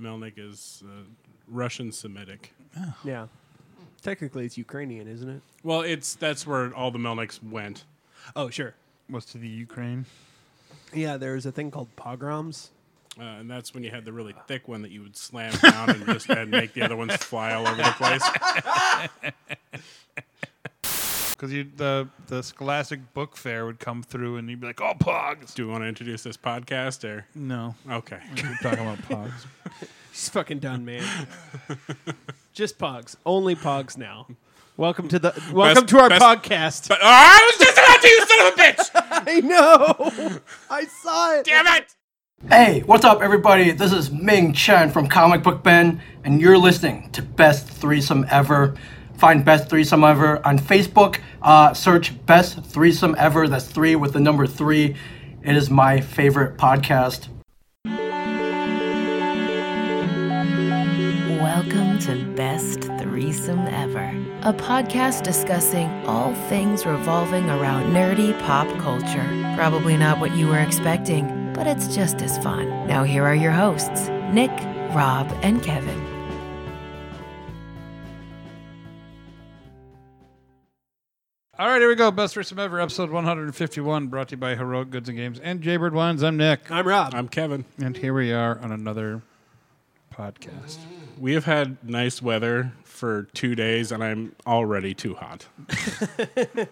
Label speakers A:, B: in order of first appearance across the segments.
A: Melnik is uh, Russian Semitic.
B: Yeah. Technically, it's Ukrainian, isn't it?
A: Well, it's that's where all the Melniks went.
B: Oh, sure.
C: Was to the Ukraine.
B: Yeah, there was a thing called pogroms.
A: Uh, and that's when you had the really thick one that you would slam down and just and make the other ones fly all over the place.
C: Because the the Scholastic Book Fair would come through and you'd be like, oh, pogs.
A: Do we want to introduce this podcast or
C: No.
A: okay?
C: We're talking about pogs.
B: She's fucking done, man. Just pogs. Only pogs now. Welcome to the welcome to our
A: best-
B: podcast.
A: But oh, I was just about to, you son of a bitch!
B: I know. I saw it.
A: Damn it!
D: Hey, what's up, everybody? This is Ming Chen from Comic Book Ben, and you're listening to Best Threesome Ever. Find Best Threesome Ever on Facebook. Uh, search Best Threesome Ever. That's three with the number three. It is my favorite podcast.
E: Welcome to Best Threesome Ever, a podcast discussing all things revolving around nerdy pop culture. Probably not what you were expecting, but it's just as fun. Now, here are your hosts Nick, Rob, and Kevin.
C: All right, here we go. Best threesome ever, episode 151, brought to you by Heroic Goods and Games and Jaybird Wines. I'm Nick.
B: I'm Rob.
A: I'm Kevin.
C: And here we are on another podcast.
A: We have had nice weather for two days, and I'm already too hot. Uh,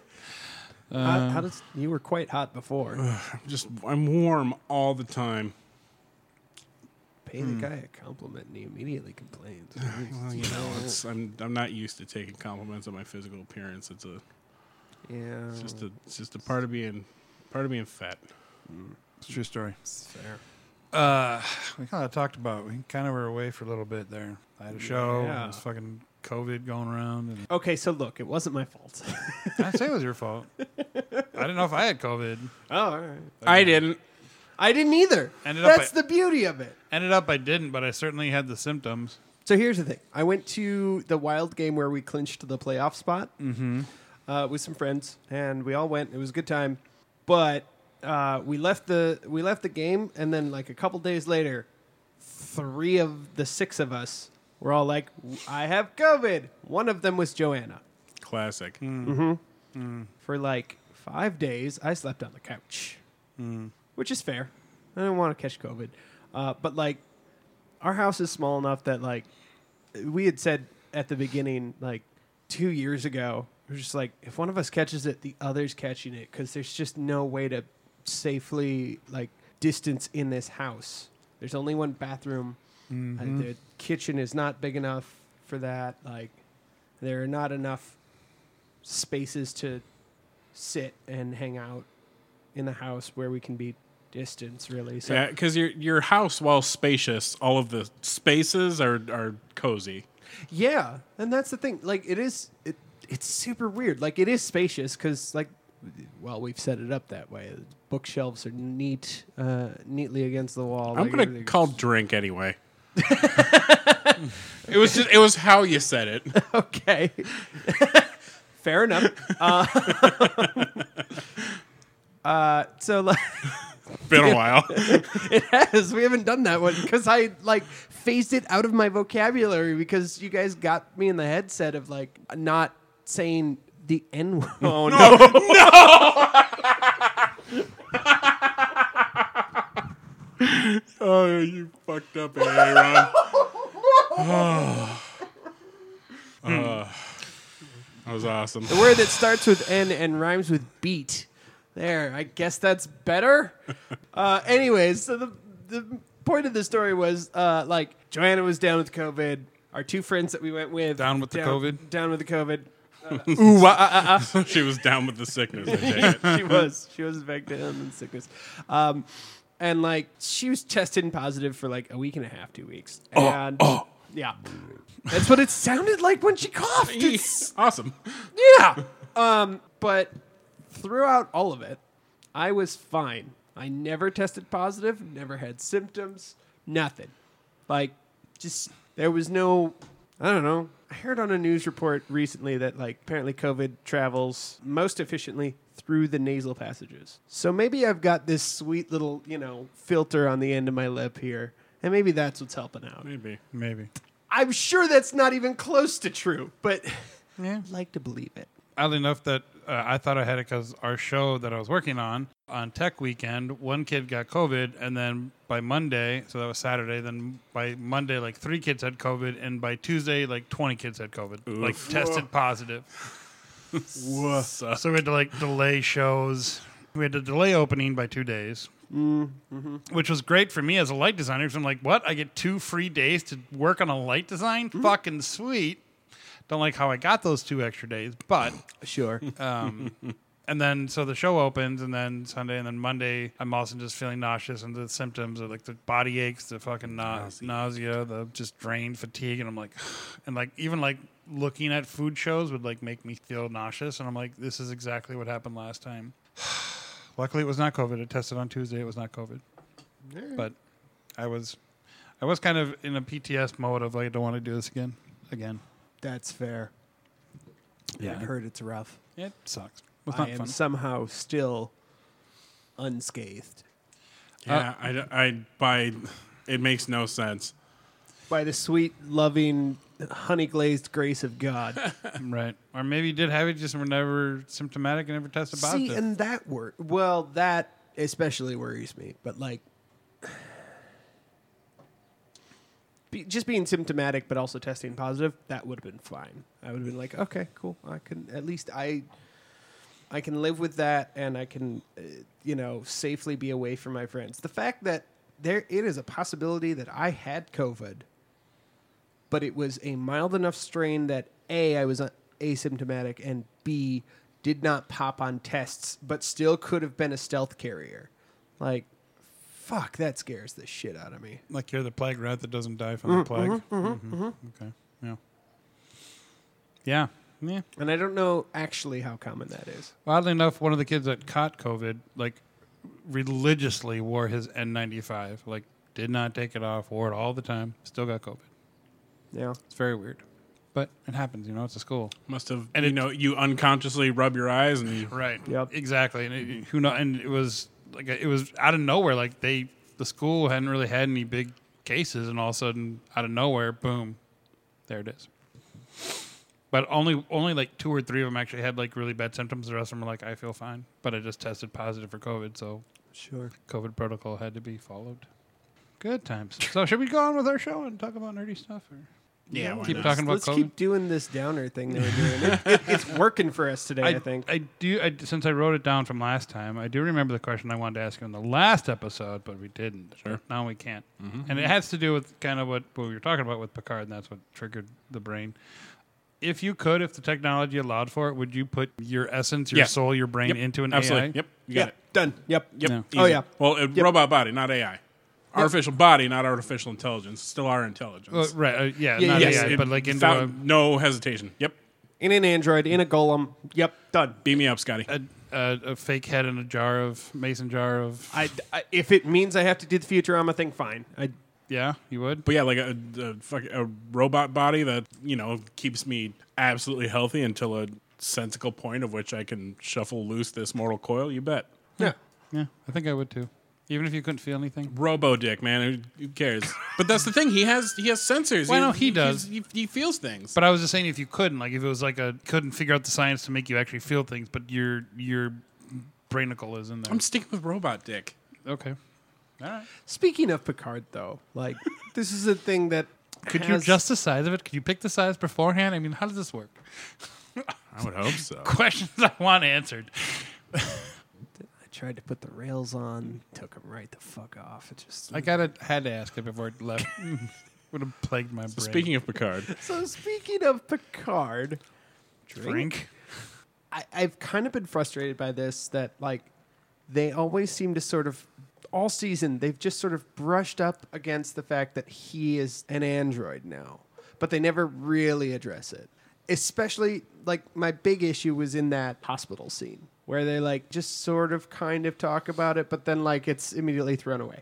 B: how, how does you were quite hot before?
A: I'm just I'm warm all the time.
B: Pay the guy a compliment and he immediately complains.
A: hmm. Well, you know, it's I'm I'm not used to taking compliments on my physical appearance. It's a
B: yeah.
A: it's just a it's just a part of being part of being fat.
C: It's a true story.
B: fair.
C: We kind of talked about, we kind of were away for a little bit there. I had a show, and
B: Yeah.
C: it was fucking COVID going around. And
B: Okay, so look, it wasn't my fault.
C: I didn't say it was your fault. I didn't know if I had COVID.
B: oh, all right.
A: I didn't.
B: I didn't either.
C: Ended up
B: That's
C: by-
B: the beauty of it.
C: Ended up I didn't, but I certainly had the symptoms.
B: So here's the thing. I went to the wild game where we clinched the playoff spot uh, with some friends, and we all went. It was a good time, but uh, we left the we left the game, and then like a couple days later, three of the six of us were all like, "I have COVID." One of them was Joanna.
A: Classic.
B: For like five days, I slept on the couch, which is fair. I didn't want to catch COVID, uh, but like our house is small enough that like we had said at the beginning, like two years ago, we were just like, if one of us catches it, the other's catching it because there's just no way to safely like distance in this house. There's only one bathroom. Uh, the kitchen is not big enough for that. Like, there are not enough spaces to sit and hang out in the house where we can be distanced, really. So
A: Yeah, because your your house, while spacious, all of the spaces are are cozy.
B: Yeah, and that's the thing. Like it is, it, it's super weird. Like it is spacious because, like, well, we've set it up that way. Bookshelves are neat, uh, neatly against the wall.
A: I'm
B: Like,
A: gonna
B: everything's-
A: call drink anyway. it was just it was how you said it.
B: Okay, fair enough. Uh, uh, so like,
A: Been a while.
B: it has. We haven't done that one because I like phased it out of my vocabulary because you guys got me in the headset of like not saying the N word. Oh no.
A: oh, you fucked up, Aaron. that was awesome.
B: The word that starts with N and rhymes with beat. There, I guess that's better. Uh, anyways, so the the point of the story was uh, like Joanna was down with COVID. Our two friends that we went with
C: Down with the COVID?
B: Down with the COVID.
A: she was down with the sickness. I take it.
B: she was she was infected and sickness. Um, and like she was tested positive for like a week and a half, two weeks.
C: Oh,
B: And yeah, that's what it sounded like when she coughed. It's-
A: awesome.
B: Yeah. Um, but throughout all of it, I was fine. I never tested positive, never had symptoms, nothing. Like, just there was no, I don't know. I heard on a news report recently that, like, apparently COVID travels most efficiently through the nasal passages. So maybe I've got this sweet little, you know, filter on the end of my lip here, and maybe that's what's helping out.
A: Maybe.
C: Maybe.
B: I'm sure that's not even close to true, but
C: Yeah.
B: I'd like to believe it.
C: Oddly enough, that uh, I thought I had it because our show that I was working on on Tech Weekend, one kid got COVID, and then by Monday, so that was Saturday. Then by Monday, like three kids had COVID, and by Tuesday, like twenty kids had COVID, like tested positive. So we had to like delay shows. We had to delay opening by two days,
A: Mm-hmm.
C: which was great for me as a light designer. Because I'm like, what? I get two free days to work on a light design?
A: Mm-hmm.
C: Fucking sweet. Don't like how I got those two extra days, but
B: Sure.
C: and then so the show opens, and then Sunday, and then Monday, I'm also just feeling nauseous, and the symptoms are like the body aches, the fucking na- nausea, the just drained fatigue, and I'm like, and like even like looking at food shows would like make me feel nauseous, and I'm like, this is exactly what happened last time. Luckily, it was not COVID. It tested on Tuesday. It was not COVID, but I was, I was kind of in a PTS mode of like, I don't want to do this again, again.
B: that's fair. Yeah. I've heard it's rough.
C: It sucks. It was
B: I
C: not
B: am
C: fun.
B: somehow still unscathed
A: Yeah, I, d- I, by, it makes no sense.
B: by the sweet, loving, honey glazed grace of God.
C: Right. Or maybe you did have it, just were never symptomatic and never tested
B: See,
C: positive.
B: and that wor Well, that especially worries me. But like, be, just being symptomatic, but also testing positive, that would have been fine. I would have been like, okay, cool. I can at least I, I can live with that, and I can, uh, you know, safely be away from my friends. The fact that there it is a possibility that I had COVID, but it was a mild enough strain that a I was uh, asymptomatic and b did not pop on tests, but still could have been a stealth carrier. Like, fuck, that scares the shit out of me.
C: like you're the plague rat that doesn't die from
B: Mm-hmm,
C: the plague. Mhm. Okay. Yeah. Yeah. Yeah.
B: And I don't know actually how common that is.
C: Well, oddly enough, one of the kids that caught COVID, like, religiously wore his N95. Like, did not take it off, wore it all the time, still got COVID.
B: Yeah.
C: It's very weird. But it happens, you know, it's a school.
A: Must have,
C: And
A: you
C: it-
A: know, you unconsciously rub your eyes and you,
C: Right.
B: Yep. Mm-hmm.
C: Exactly. And it, who know? And it was like it was out of nowhere. Like they, the school hadn't really had any big cases, and all of a sudden, out of nowhere, boom, there it is. But only only like two or three of them actually had like really bad symptoms. The rest of them were like, I feel fine, but I just tested positive for COVID, so
B: Sure.
C: COVID protocol had to be followed. Good times. So should we go on with our show and talk about nerdy stuff? Or?
A: yeah, why
C: Keep
A: not?
C: talking about
B: Let's
C: COVID.
B: keep doing this downer thing that we're doing. It- it- it's working for us today, I, think.
C: do. I, since I wrote it down from last time, I do remember the question I wanted to ask you in the last episode, but we didn't. Sure. Now we can't. And it has to do with kind of what, what we were talking about with Picard, and that's what triggered the brain. If you could, if the technology allowed for it, would you put your essence, your
A: Yeah.
C: soul, your brain
A: Yep,
C: into an
A: Absolutely.
C: AI?
A: Yep. You got
B: Yeah,
A: it.
B: Done. Yep.
A: Yep.
C: No.
B: Oh,
A: easy.
B: yeah.
A: Well, it,
B: Yep.
A: robot body, not AI. Artificial body, not artificial intelligence. Still our intelligence.
C: Well, right. uh, yeah. Not
B: yes,
C: AI,
A: it-
C: but like into
A: without- no hesitation. Yep.
B: In an android, in a golem. Yep. Done.
A: Beam me up, Scotty.
C: a, a, a fake head in a jar of mason jar of.
B: I, I, if it means I have to do the Futurama thing, fine. I,
C: yeah, you would.
A: But yeah, like a, a, fuck- a robot body that, you know, keeps me absolutely healthy until a sensical point of which I can shuffle loose this mortal coil, you bet.
B: yeah.
C: Yeah, I think I would too. Even if you couldn't feel anything.
A: Robo dick, man. Who, who cares? But that's the thing. He has he has sensors.
C: Well, no, he does.
A: he's- He, he feels things.
C: But I was just saying, if you couldn't, like, if it was like a couldn't figure out the science to make you actually feel things, but your your brainicle is in there.
A: I'm sticking with robot dick.
C: okay. All right.
B: Speaking of Picard, though, like this is a thing that
C: Could you
B: has-
C: adjust the size of it? Could you pick the size beforehand? I mean, how does this work?
A: I would hope so.
C: Questions I want answered.
B: I tried to put the rails on, took them right the fuck off. It just
C: I gotta had to ask it before it left. Would have plagued my brain.
A: Speaking of Picard,
B: so. Speaking of Picard,
C: drink,
B: I, I've kind of been frustrated by this. That like they always seem to sort of all season they've just sort of brushed up against the fact that he is an android now, but they never really address it. Especially like my big issue was in that hospital scene where they like just sort of kind of talk about it, but then like it's immediately thrown away.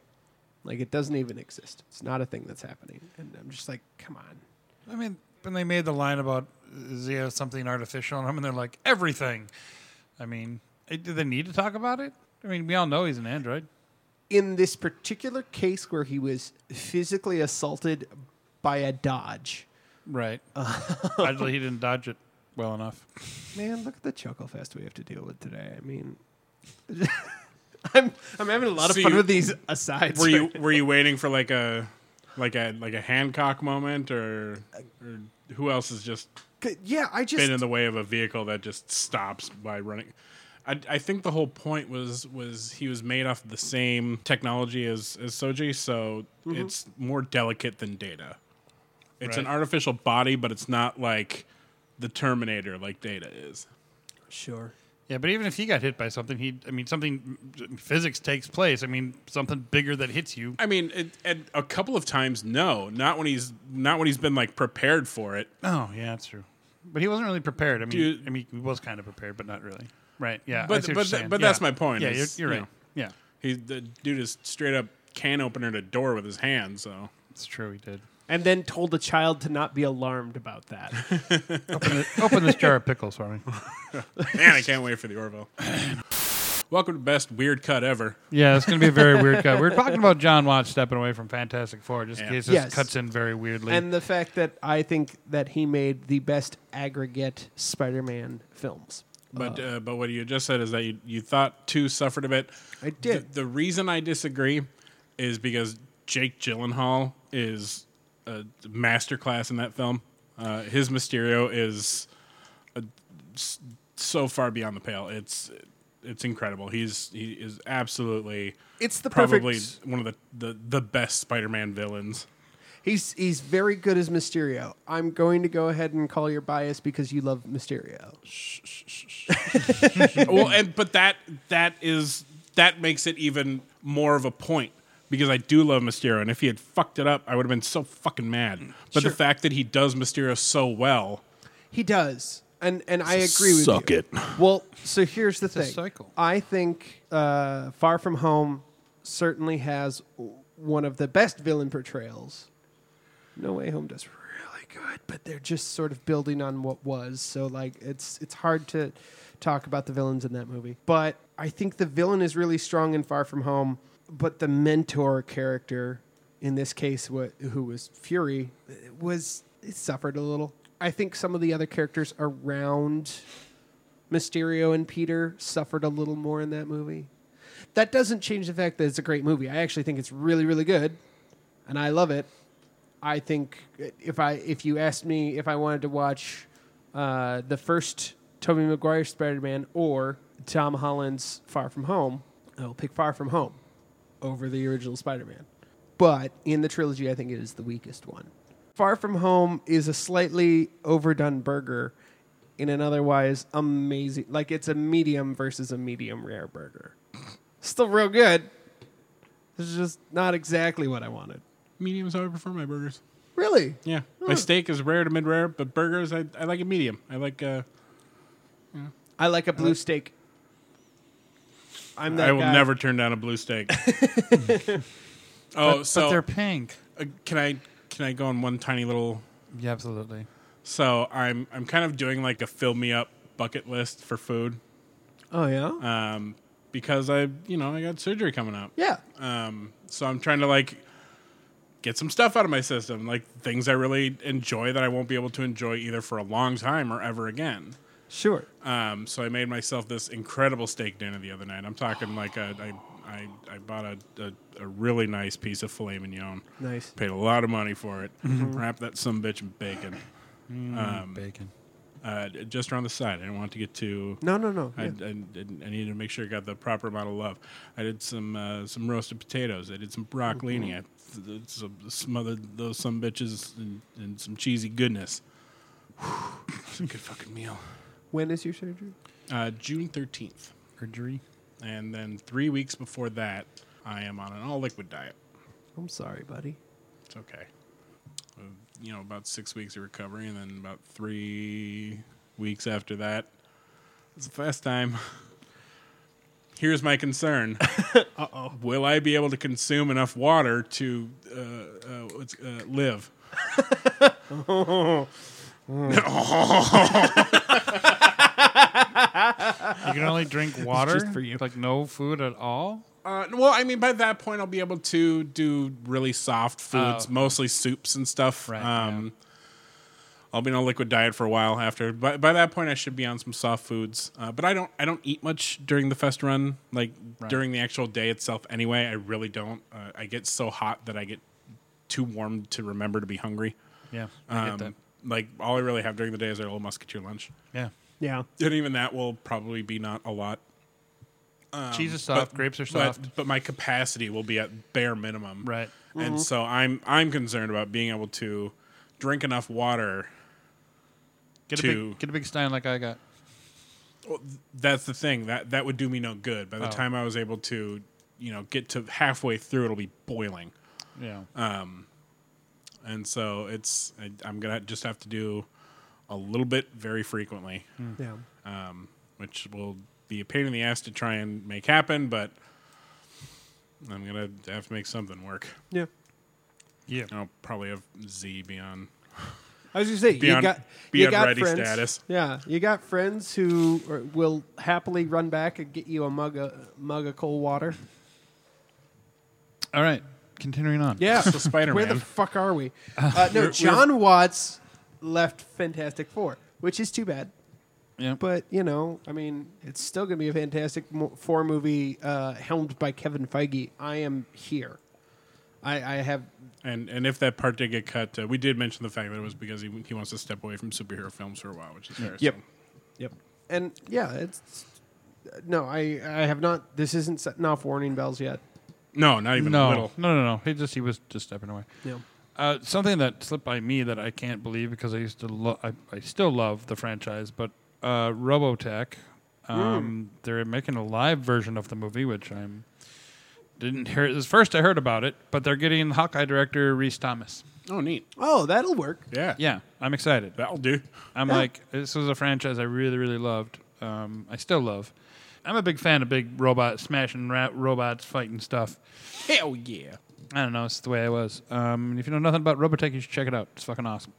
B: Like it doesn't even exist. It's not a thing that's happening. And I'm just like, come on.
C: I mean, when they made the line about Zia something artificial, and I mean, they're like everything. I mean, eh, do they need to talk about it? I mean, we all know he's an android.
B: in this particular case where he was physically assaulted by a Dodge.
C: Right. Actually, he didn't dodge it well enough.
B: Man, look at the chuckle fest we have to deal with today. I mean, I'm I'm having a lot of
A: So
B: fun
A: you-
B: with these asides.
A: Were you
B: right
A: were you waiting for like a like a like a Hancock moment or or who else has just
B: now. Yeah, I just
A: been in the way of a vehicle that just stops by running? I, I think the whole point was was he was made off the same technology as as Soji, so it's more delicate than data. It's an
C: Right.
A: artificial body, but it's not like the Terminator like Data is.
B: sure.
C: Yeah, but even if he got hit by something, he I mean something physics takes place. I mean something bigger that hits you.
A: I mean, it, and a couple of times, no, not when he's not when he's been like prepared for it.
C: Oh, yeah, that's true. But he wasn't really prepared. I mean,
A: Dude.
C: I mean he was kind of prepared, but not really. Right. Yeah. I
A: But- but
C: see what you're
A: th-
C: saying.
A: but
C: Yeah.
A: that's my point
C: Yeah,
A: is,
C: you're, you're
A: you
C: right. Yeah,
A: He the dude is straight up can opener to door with his hand. So
C: it's true. He did.
B: And then told the child to not be alarmed about that.
C: Open, it- open this jar of pickles for me.
A: man, I can't wait for the Orville. Welcome to best weird cut ever.
C: Yeah, it's going to be a very weird cut. We We're talking about John Watts stepping away from Fantastic Four, just
A: Yeah.
C: in case this
B: Yes.
C: cuts in very weirdly.
B: and the fact that I think that he made the best aggregate Spider-Man films.
A: But uh, but what you just said is that you, you thought two suffered a bit.
B: I did.
A: The, the reason I disagree is because Jake Gyllenhaal is a masterclass in that film. Uh, his Mysterio is uh, s- so far beyond the pale. It's it's incredible. He's he is absolutely
B: It's the perfect.
A: probably one of the, the the best Spider-Man villains.
B: He's he's very good as Mysterio. I'm going to go ahead and call your bias because you love Mysterio.
A: well, and but that that is that makes it even more of a point because I do love Mysterio, and if he had fucked it up, I would have been so fucking mad. But
B: Sure.
A: the fact that he does Mysterio so well,
B: He does, and and I agree with
A: suck
B: you.
A: it.
B: Well, so here's the
C: a
B: thing.
C: cycle.
B: I think uh, Far From Home certainly has w- one of the best villain portrayals. No Way Home does really good, but they're just sort of building on what was. So like it's it's hard to talk about the villains in that movie. But I think the villain is really strong in Far From Home, but the mentor character in this case what, who was Fury was it suffered a little. I think some of the other characters around Mysterio and Peter suffered a little more in that movie. That doesn't change the fact that it's a great movie. I actually think it's really, really good, and I love it. I think if I if you asked me if I wanted to watch uh, the first Tobey Maguire Spider Man or Tom Holland's Far From Home, I'll pick Far From Home over the original Spider Man. But in the trilogy, I think it is the weakest one. Far From Home is a slightly overdone burger in an otherwise amazing, like it's a medium versus a medium rare burger. Still real good. It's just not exactly what I wanted.
A: medium is how I prefer my burgers.
B: Really?
A: Yeah, my steak is rare to mid rare, but burgers I, I like it medium. I like uh,
B: I like a blue steak. I'm that
A: I will
B: guy.
A: never turn down a blue steak. oh, so
C: but they're pink.
A: uh, can I can I go on one tiny little
C: Yeah, absolutely.
A: So I'm I'm kind of doing like a fill me up bucket list for food
B: Oh yeah.
A: um, because I you know I got surgery coming up.
B: yeah.
A: Um, so I'm trying to like get some stuff out of my system, like things I really enjoy that I won't be able to enjoy either for a long time or ever again.
B: Sure.
A: Um, so I made myself this incredible steak dinner the other night. I'm talking like a, I, I, I bought a, a, a really nice piece of filet mignon.
B: Nice. Mm-hmm.
A: Paid a lot of money for it. Wrap that some bitch in bacon. Um,
C: Bacon.
A: Uh, just around the side. I didn't want to get too
B: No, no, no.
A: I,
B: Yeah.
A: I, I needed to make sure I got the proper amount of love. I did some uh, some roasted potatoes. I did some broccolini. I th- th- some, smothered those some bitches in, in some cheesy goodness. It's a good fucking meal.
B: When is your surgery?
A: Uh, June thirteenth,
C: Surgery.
A: and then three weeks before that, I am on an all liquid diet.
B: I'm sorry, buddy.
A: It's okay. Uh, You know, about six weeks of recovery, and then about three weeks after that, it's the fast time. Here's my concern. Uh-oh. Will I be able to consume enough water to uh, uh, what's, uh, live?
C: You can only drink water.
B: for you.
C: Like no food at all.
A: Uh, well, I mean, by that point, I'll be able to do really soft foods,
C: Oh.
A: mostly soups and stuff.
C: Right,
A: Um, I'll be on a liquid diet for a while after. By, by that point, I should be on some soft foods. Uh, but I don't. I don't eat much during the fest run. Like during the actual day itself. Anyway, I really don't. Uh, I get so hot that I get too warm to remember to be hungry.
C: Yeah, I get that.
A: Um, like all I really have during the day is our little musketeer lunch,
C: Yeah,
B: Yeah.
A: and even that will probably be not a lot.
C: cheese is soft, grapes are soft.
A: Um, But, but my capacity will be at bare minimum.
C: Right.
A: And so I'm I'm concerned about being able to drink enough water.
C: Get a
A: two.
C: big, get a big stein like I got.
A: That's the thing. That that would do me no good. By the
C: Oh.
A: time I was able to, you know, get to halfway through it'll be boiling.
C: Yeah,
A: Uh, And so it's I, I'm going to just have to do a little bit very frequently,
C: Hmm.
B: Yeah.
A: which will be a pain in the ass to try and make happen, but I'm going to have to make something work.
B: Yeah.
C: yeah.
A: I'll probably have Z beyond
B: I was gonna say
A: Be
B: you
A: on-
B: got
A: be
B: you
A: on
B: got
A: ready
B: friends.
A: status.
B: Yeah, you got friends who are- will happily run back and get you a mug of mug of cold water.
C: All right, continuing on.
B: Yeah,
A: So Spider-Man.
B: Where the fuck are we? Uh, no,
A: we're-
B: John Watts left Fantastic Four, which is too bad.
C: yeah.
B: But you know, I mean, it's still gonna be a Fantastic Mo- Four movie uh, helmed by Kevin Feige. I am here. I, I have
A: And and if that part did get cut, uh, we did mention the fact that it was because he, he wants to step away from superhero films for a while, which is fair.
B: Yep.
A: so-
B: Yep. And yeah, it's no, I I have not. This isn't setting off warning bells yet.
A: No, not even a
C: No, no,
A: little.
C: no, no. He just he was just stepping away.
B: No.
C: Uh, something that slipped by me that I can't believe because I used to love, I, I still love the franchise, but uh, Robotech, um,
A: Hmm.
C: they're making a live version of the movie, which I'm didn't hear. It was first I heard about it, but they're getting Hawkeye director Reese Thomas.
A: Oh, neat.
B: Oh, that'll work.
A: Yeah.
C: Yeah, I'm excited.
A: That'll do.
C: I'm like, this was a franchise I really, really loved. Um, I still love. I'm a big fan of big robots smashing ra- robots, fighting stuff.
A: Hell yeah.
C: I don't know. It's the way I was. Um, and if you know nothing about Robotech, you should check it out. It's fucking awesome.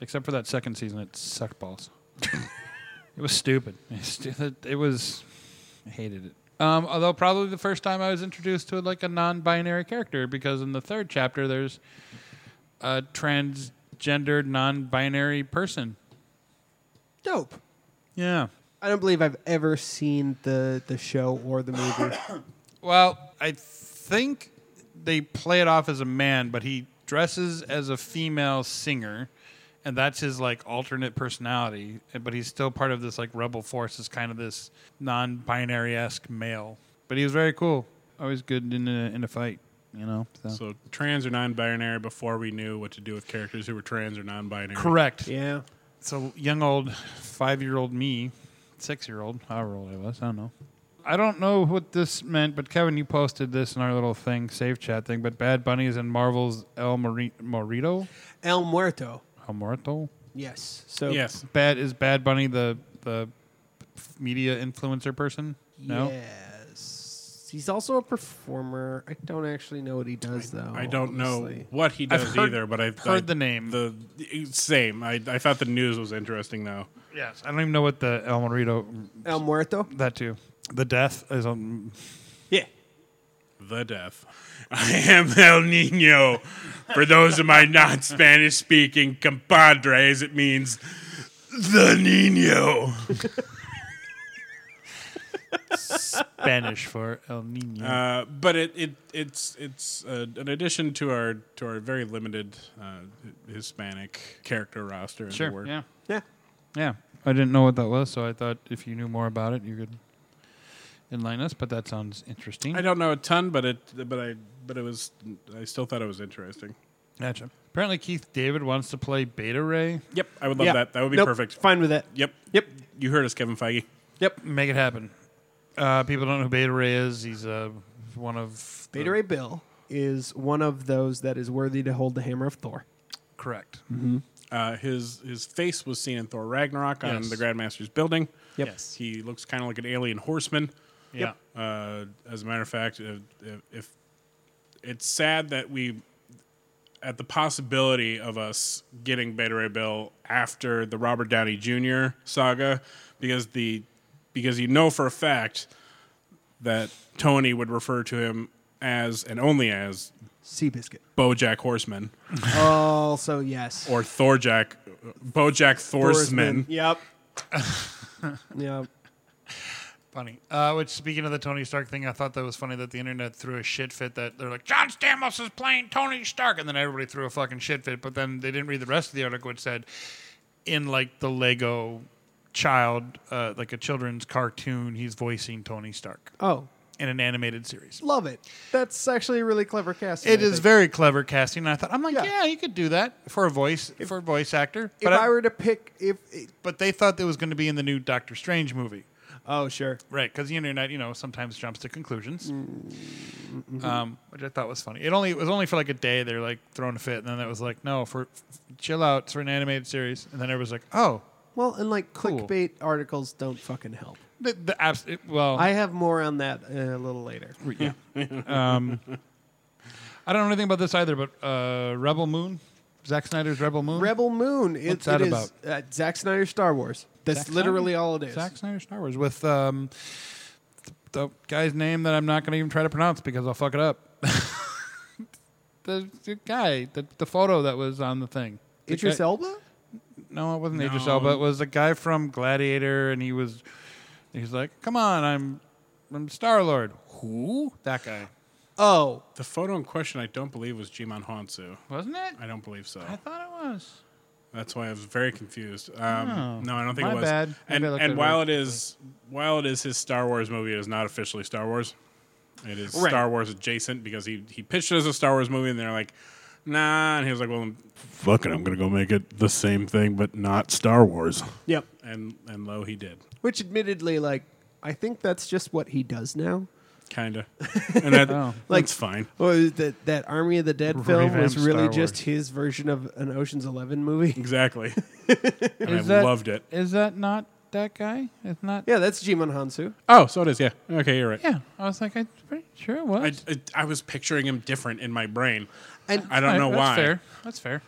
C: Except for that second season, it sucked balls. it was stupid. It's stu- It was. I hated it. Um, although probably the first time I was introduced to like a non-binary character because in the third chapter there's a transgendered non-binary person.
B: Dope.
C: Yeah.
B: I don't believe I've ever seen the the show or the movie.
C: Well, I think they play it off as a man, but he dresses as a female singer, and that's his like alternate personality. But he's still part of this like rebel force, is kind of this non-binary esque male. But he was very cool, always good in a in a fight, you know. So.
A: So trans or non-binary before we knew what to do with characters who were trans or non-binary.
C: Correct.
B: yeah.
C: So young old five year old me, six year old, however old I was, I don't know. I don't know what this meant, but Kevin, you posted this in our little thing, safe chat thing. But Bad Bunny is in Marvel's El Mori- Morito,
B: El Muerto.
C: El Muerto.
B: Yes. So
A: Yes.
C: Bad is Bad Bunny the the media influencer person? No,
B: Yes. He's also a performer. I don't actually know what he does though.
A: I don't
B: honestly.
A: know what he
C: I've
A: does
C: heard-
A: either, but I've
C: heard
A: I-
C: the name.
A: The same. I, I thought the news was interesting though.
C: yes, I don't even know what the El Morito
B: El Muerto.
C: that too. The death is on.
B: Yeah.
A: The death. I am El Nino. For those of my non Spanish speaking compadres, it means the Nino.
C: Spanish for El Nino.
A: Uh, but it, it it's it's uh, an addition to our to our very limited uh, Hispanic character roster. as it
C: sure,
A: were.
C: yeah.
B: Yeah.
C: Yeah, I didn't know what that was, so I thought if you knew more about it, you could enlighten us. But that sounds interesting.
A: I don't know a ton, but it but I but it was I still thought it was interesting.
C: Gotcha. Apparently, Keith David wants to play Beta Ray.
A: Yep, I would love
B: Yeah.
A: that. That would be
B: Nope.
A: perfect.
B: Fine with it.
A: Yep,
B: Yep.
A: you heard us, Kevin Feige.
B: Yep.
C: Make it happen. Uh, people don't know who Beta Ray is. He's uh, one of the-
B: Beta Ray Bill is one of those that is worthy to hold the hammer of Thor.
C: Correct.
A: Uh, his his face was seen in Thor Ragnarok on
C: Yes.
A: the Grandmaster's building.
B: Yep.
C: Yes.
A: He looks kind of like an alien horseman.
C: Yeah.
A: Uh, as a matter of fact, if, if, if it's sad that we, at the possibility of us getting Beta Ray Bill after the Robert Downey Jr. saga, because the because you know for a fact that Tony would refer to him as and only as
B: Seabiscuit.
A: Bojack Horseman
B: Also, yes.
A: or Thorjack, Bojack Thorsman.
B: Yep. yep.
C: Funny. Uh, which, speaking of the Tony Stark thing, I thought that was funny that the internet threw a shit fit that they're like, John Stamos is playing Tony Stark. And then everybody threw a fucking shit fit. But then they didn't read the rest of the article, which said, in like the Lego child, uh, like a children's cartoon, he's voicing Tony Stark
B: Oh,
C: in an animated series.
B: love it. That's actually a really clever casting.
C: It
B: I
C: is
B: think.
C: very clever casting. And I thought, I'm like,
B: Yeah.
C: yeah, you could do that for a voice, for a voice actor.
B: If
C: But,
B: I,
C: I-
B: were to pick, if
C: but they thought that was going to be in the new Doctor Strange movie.
B: oh sure,
C: Right, because the internet, you know, sometimes jumps to conclusions, um, which I thought was funny. It only it was only for like a day. They're like throwing a fit, and then it was like, no, for f- chill out. It's for an animated series, and then everyone's like, oh,
B: well, and like
C: Cool.
B: clickbait articles don't fucking help.
C: the, the abs- it- well,
B: I have more on that uh, a little later.
C: yeah. um, I don't know anything about this either, but uh, Rebel Moon, Zack Snyder's Rebel Moon,
B: Rebel Moon. It,
C: What's that
B: it is, Uh, Zack Snyder's Star Wars. That's
C: Zack
B: literally
C: Snyder?
B: all it is.
C: Zack Snyder Star Wars with um, th- the guy's name that I'm not going to even try to pronounce because I'll fuck it up. the, the guy, the, the photo that was on the thing. The
B: Idris
C: guy-
B: Elba.
C: No, it wasn't Idris
A: No.
C: Elba. It was the guy from Gladiator, and he was he's like, "Come on, I'm I'm Star Lord." Who? That guy?
B: Oh,
A: The photo in question, I don't believe, was Jimon Hansu.
C: Wasn't it?
A: I don't believe so.
C: I thought it was.
A: That's why I was very confused. Um,
C: Oh,
A: no, I don't think
C: my
A: it was.
C: bad.
A: And,
C: Maybe I looked
A: and
C: at it
A: while
C: wrong.
A: it is while it is his Star Wars movie, it is not officially Star Wars. It is
B: Right.
A: Star Wars adjacent because he he pitched it as a Star Wars movie, and they're like, nah, and he was like, well, fuck it, I'm gonna go make it the same thing, but not Star Wars.
B: yep.
A: And and lo, he did,
B: Which, admittedly, like I think that's just what he does now.
A: kinda, and that
C: Oh.
B: Like-
A: that's fine.
B: Well, that that Army of the Dead film was
C: Revamped
B: really
C: Star
B: just
C: Wars.
B: his version of an Ocean's Eleven movie.
A: Exactly. and I
C: Is that-
A: loved it.
C: Is that not that guy? It's not.
B: Yeah, that's Jimon Hansu.
A: Oh, so it is. Yeah. Okay, you're right.
C: Yeah, I was like, I'm pretty sure it was.
A: I, I, I was picturing him different in my brain.
B: And-
A: I don't know
C: Alright,
A: why.
C: That's fair. That's fair.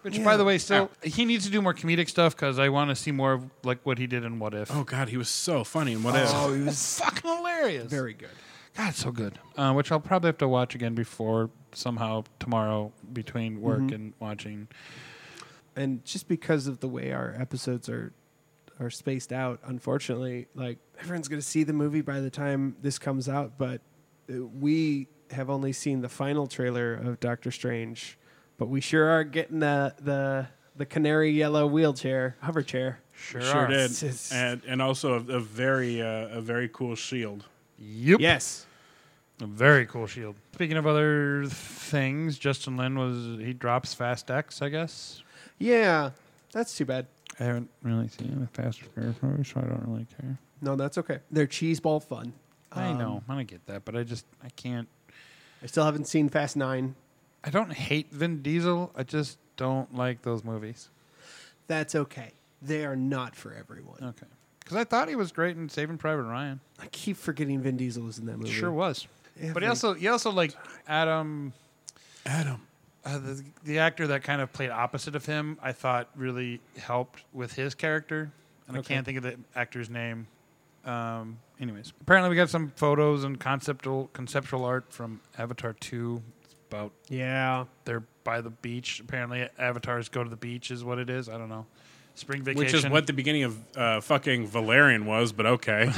C: Which, by the way, still he needs to do more comedic stuff because I want to see more of like what he did in What If.
A: Oh God, he was so funny and what if?
B: Oh, he was
C: fucking hilarious!
B: very good.
C: God, so good. Uh, which I'll probably have to watch again before somehow tomorrow between work and watching.
B: And just because of the way our episodes are are spaced out, unfortunately, like everyone's going to see the movie by the time this comes out, but uh, we have only seen the final trailer of Doctor Strange, but we sure are getting the the the canary yellow wheelchair hover chair.
C: Sure,
A: Sure did,
B: Sis.
A: and and also a, a very uh, a very cool shield.
C: Yep.
B: Yes.
C: A very cool shield. Speaking of other things, Justin Lin was he drops Fast X, I guess.
B: Yeah. That's too bad.
C: I haven't really seen him Fast X movie, so I don't really care.
B: No, that's okay. They're cheeseball fun.
C: I
B: Um,
C: know, I get that, but I just I can't.
B: I still haven't seen Fast 9.
C: I don't hate Vin Diesel. I just don't like those movies.
B: That's okay. They are not for everyone.
C: Okay. Because I thought he was great in Saving Private Ryan.
B: I keep forgetting Vin Diesel was in that movie.
C: Sure was. But
B: Every-
C: he also he also like Adam,
A: Adam,
C: uh, the, the actor that kind of played opposite of him. I thought really helped with his character, and
B: Okay.
C: I can't think of the actor's name. Um, anyways, apparently we got some photos and conceptual conceptual art from Avatar Two. It's about
B: Yeah.
C: they're by the beach. Apparently, avatars go to the beach is what it is. I don't know. Spring vacation,
A: which is what the beginning of uh, fucking Valerian was, but okay.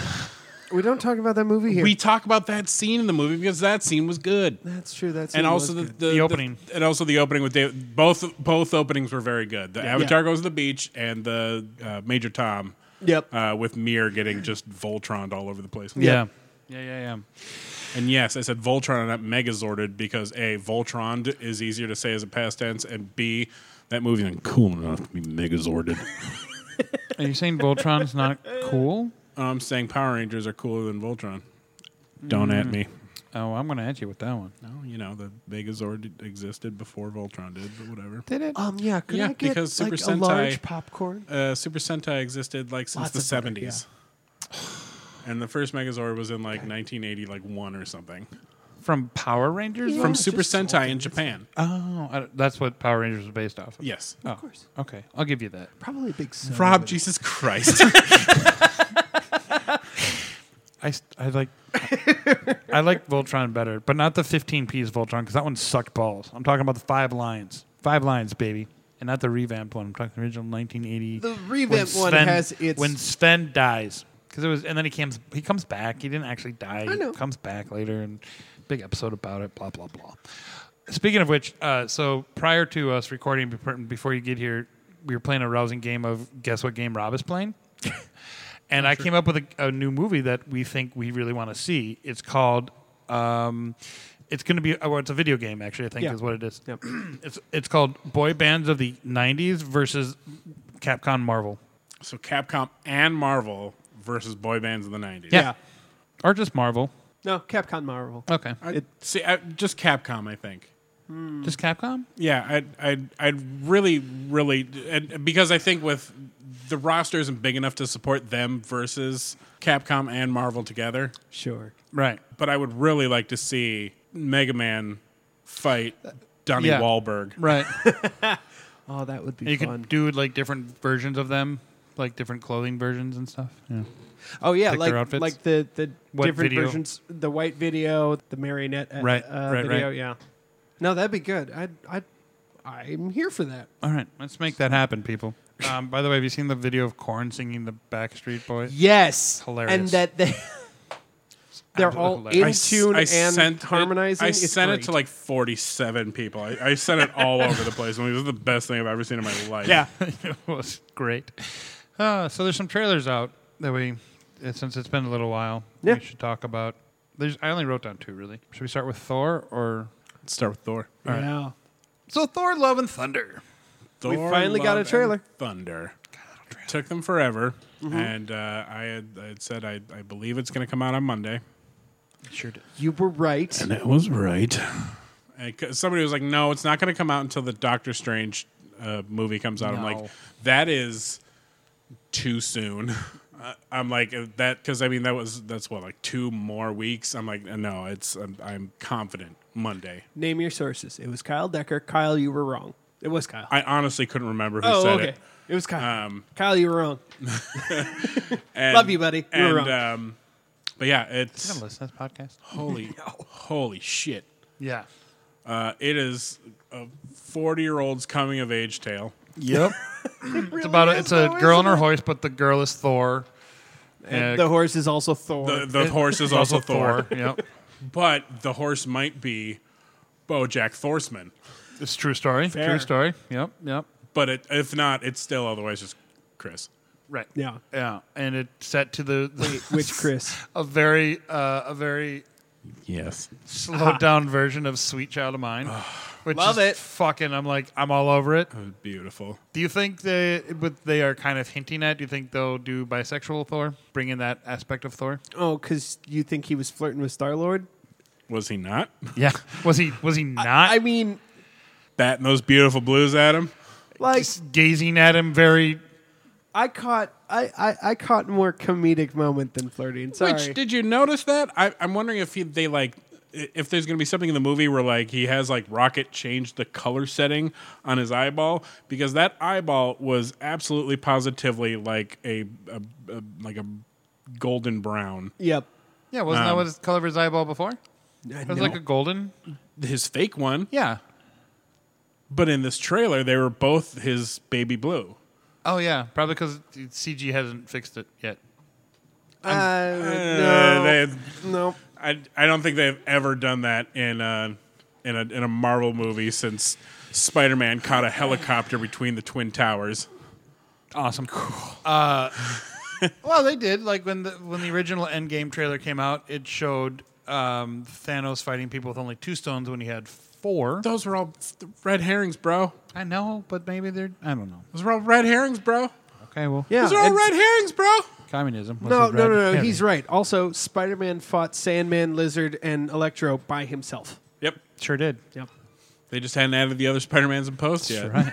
B: We don't talk about that movie here.
A: we talk about that scene in the movie because that scene was good,
B: that's true. That's
A: and
B: it
A: also the,
B: was
A: the,
B: good.
C: The opening.
A: and also the opening with David. Both both openings were very good. The Avatar goes to the beach, and the uh, Major Tom
B: Yep.
A: uh, with Mir getting just Voltroned all over the place.
C: yeah. yeah, yeah, yeah.
A: And yes, I said Voltron and not Megazorded because A, Voltroned is easier to say as a past tense, and B, that movie isn't cool enough to be Megazorded.
C: Are you saying Voltron's not cool?
A: I'm Um, saying Power Rangers are cooler than Voltron. Don't at me.
C: Oh, I'm gonna hit you with that one.
A: No, you know, the Megazord existed before Voltron did, but whatever.
C: Did it?
B: um, yeah, could
A: Yeah,
B: I get
A: because Super
B: like, a
A: Sentai-
B: large popcorn?
A: Uh, Super Sentai existed like since
B: Lots
A: the
B: of butter,
A: 70s. And the first Megazord was in like 1980, like one or something.
C: From Power Rangers?
B: Yeah.
A: From
B: it's
A: Super
B: just so
A: Sentai in Japan.
C: Oh, I, that's what Power Rangers was based off
A: Uh,
C: of.
A: Yes. Uh,
C: Oh,
B: course.
C: Okay, I'll give you that.
B: Probably a big soda.
A: Rob,
B: but-
A: Jesus Christ.
C: I, st- I like I like Voltron better, but not the 15 piece Voltron because that one sucked balls. I'm talking about the five lines, five lines, baby, and not the revamped one. I'm talking the original 1980.
B: The
C: when
B: revamped one has its-
C: when Sven dies because it was, and then he comes he comes back. He didn't actually die.
B: know.
C: He comes back later and big episode about it. Blah blah blah. Speaking of which, uh, so prior to us recording bef- before you get here, we were playing a rousing game of guess what game Rob is playing.
B: Oh,
C: And I came up with a, a new movie that we think we really want to see. It's called. Um, it's going to be. oh, Well, it's a video game, actually. I think
B: Yeah.
C: is what it is.
B: Yep.
C: it's it's called Boy Bands of the '90s versus Capcom Marvel,
A: So Capcom and Marvel versus boy bands of the 90s.
C: Yeah. Uh, or just Marvel.
B: No, Capcom Marvel.
C: Okay,
A: I,
B: It-
A: see, I, just Capcom, I think.
C: just Capcom.
A: Yeah, I'd, I'd, I'd really, really, and because I think with the roster isn't big enough to support them versus Capcom and Marvel together.
B: Sure.
A: Right. But I would really like to see Mega Man fight
B: Uh,
A: Donnie
C: Yeah.
A: Wahlberg.
C: Right.
B: Oh, that would be
C: you
B: fun.
C: could do like different versions of them, like different clothing versions and stuff. Yeah.
B: oh yeah,
C: pick their
B: like
C: outfits?
B: like the the
C: What
B: different
C: video?
B: versions, the white video, the marionette uh,
C: Right,
B: uh,
C: right,
B: video.
C: right.
B: Yeah. No, that'd be good. I I I'm here for that.
C: All right, let's make that happen, people. Um, by the way, have you seen the video of Korn singing the Backstreet Boys?
B: Yes.
C: Hilarious.
B: And that they they're all
C: Absolutely
B: in
C: hilarious.
A: s-
B: tune and
A: sent it-
B: harmonizing.
A: I
B: It's
A: sent
B: great.
A: it to like 47 people. I, I sent it all over the place. and it was the best thing I've ever seen in my life.
B: yeah.
C: it was great. Uh, so there's some trailers out that we, uh, since it's been a little while,
B: Yeah.
C: we should talk about. There's, I only wrote down two really. Should we start with Thor or?
A: Let's start with Thor.
B: Yeah.
C: So Thor: Love and Thunder.
A: Thor,
B: finally got
A: Love,
B: a
A: and
B: trailer. Mm-hmm.
A: Thunder. It took them forever. And uh, I, had, I had said I, I believe it's going to come out on Monday.
C: Sure did.
B: You were right.
A: That was right. somebody was like, "No, it's not going to come out until the Doctor Strange uh, movie comes out." I'm
C: No.
A: like, "That is too soon." Uh, I'm like uh, that because I mean that was that's what like two more weeks. I'm like, uh, "No, it's I'm, I'm confident Monday."
B: Name your sources. It was Kyle Decker. Kyle, you were wrong. It was Kyle.
A: I honestly couldn't remember who
B: oh,
A: said
B: okay.
A: it.
B: was Kyle.
A: Um,
B: Kyle, you were wrong.
A: and-
B: Love you, buddy. You were
A: And
B: wrong.
A: um, but yeah, it's
C: Listen to this podcast.
A: holy holy shit.
C: Yeah.
A: Uh, it is a 40 year old's coming of age tale.
C: Yep. it's about a, it's a girl and her hoist, but the girl is Thor.
B: And
C: Uh,
B: the horse is also Thor.
A: The, the horse is also Thor.
C: yep.
A: but the horse might be BoJack Horseman.
C: It's a true story.
B: Fair.
C: True story. Yep. Yep.
A: But it, if not, it's still otherwise just Chris.
C: Right.
B: yeah.
C: Yeah. And it's set to the,
B: Wait, which Chris?
C: a very uh, a very
A: Yes.
C: slowed down version of Sweet Child of Mine. Which
B: Love
C: is
B: it.
C: Fucking, I'm like, I'm all over it.
A: Beautiful.
C: Do you think they, what they are kind of hinting at? Do you think they'll do bisexual Thor, bring in that aspect of Thor?
B: Oh, because you think he was flirting with Star Lord?
A: Was he not?
C: Yeah. Was he? Was he not?
B: I mean,
A: Batting those beautiful blues at him?
B: like
C: just gazing at him very.
B: I caught, I, I, I caught more comedic moment than flirting. Sorry.
A: Which, did you notice that? I, I'm wondering if he, they like, i- if there's going to be something in the movie where like he has like Rocket change the color setting on his eyeball because that eyeball was absolutely positively like a, a, a like a golden brown.
B: yep.
C: Yeah. Wasn't that what his color of his eyeball before? It was like a golden.
A: His fake one,
C: Yeah.
A: but in this trailer they were both his baby blue.
C: Oh yeah. Probably because CG hasn't fixed it yet.
B: Uh, no,
A: Uh, they-
B: no.
A: I, I don't think they've ever done that in a, in a in a Marvel movie since Spider Man caught a helicopter between the twin towers.
C: Awesome. Cool. Uh, well, they did. Like when the when the original Endgame trailer came out, it showed um, Thanos fighting people with only two stones when he had four.
A: Those were all red herrings, bro.
C: I know, but maybe they're. I don't know.
A: Those were all red herrings, bro.
C: Okay, well,
B: Yeah.
A: Those are all
B: and-
A: red herrings, bro.
C: communism. was
B: No, no,
C: a
B: no,
C: red
B: no.
C: herring.
B: He's right. Also, Spider Man fought Sandman, Lizard, and Electro by himself.
A: Yep.
C: sure did.
B: Yep.
A: They just hadn't added the other Spider Mans in post yet.
C: Right.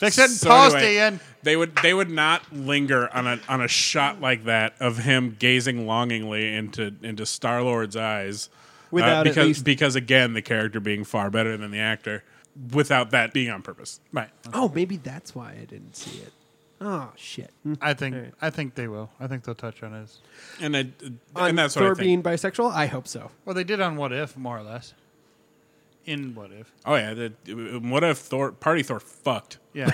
C: they said
A: So
C: post
A: anyway,
C: Ian.
A: They would they would not linger on a on a shot like that of him gazing longingly into into Star Lord's eyes. uh,
B: Without at
A: because
B: least-
A: because again the character being far better than the actor without that being on purpose.
C: Right.
B: Oh, maybe that's why I didn't see it. Oh shit.
C: I think
B: Alright.
C: I think they will. I think they'll touch on his.
A: And I,
B: On
A: and that's what
B: Thor
A: I think.
B: being bisexual, I hope so.
C: Well, they did on What If, more or less. In What If,
A: Oh yeah, the, what if Thor party Thor fucked?
C: yeah,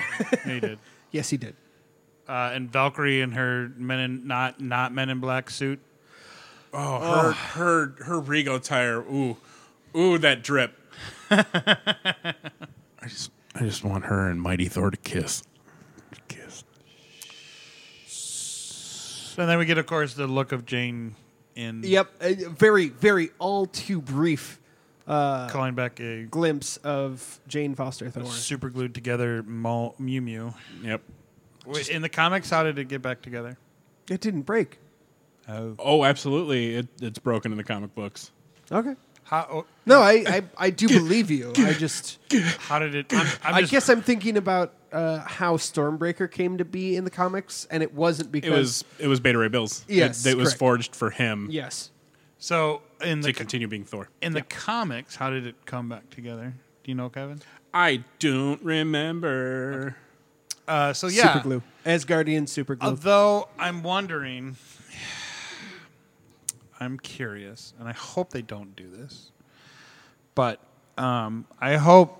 C: they did.
B: Yes, he did.
C: Uh, and Valkyrie in her Men in not not Men in Black suit.
A: Oh, her her her Rego tire. Ooh, ooh, that drip. I just I just want her and Mighty Thor to kiss. Kiss.
C: And then we get, of course, the look of Jane in uh,
B: Yep. A very, very all too brief
C: calling back a
B: glimpse of Jane Foster Thor.
C: super glued together Mul- Mew Mew.
A: Yep.
C: Wait, in the comics, how did it get back together?
B: It didn't break.
C: Oh,
A: Oh, absolutely. It, it's broken in the comic books.
B: Okay.
C: how oh,
B: No, I, I, I do believe you. I just,
C: how did it? I'm, I'm
B: I
C: just-
B: guess I'm thinking about uh, how Stormbreaker came to be in the comics, and it wasn't
A: It
B: because
A: was it was Beta Ray Bills.
B: Yes,
A: it, it was
B: correct.
A: forged for him
B: yes,
C: so in
A: to
C: the
A: continue being Thor.
C: in the comics. How did it come back together? Do you know, Kevin?
A: I don't remember.
C: Uh, so yeah,
B: super glue as Guardian super glue.
C: Although I'm wondering, I'm curious, and I hope they don't do this. But um, I hope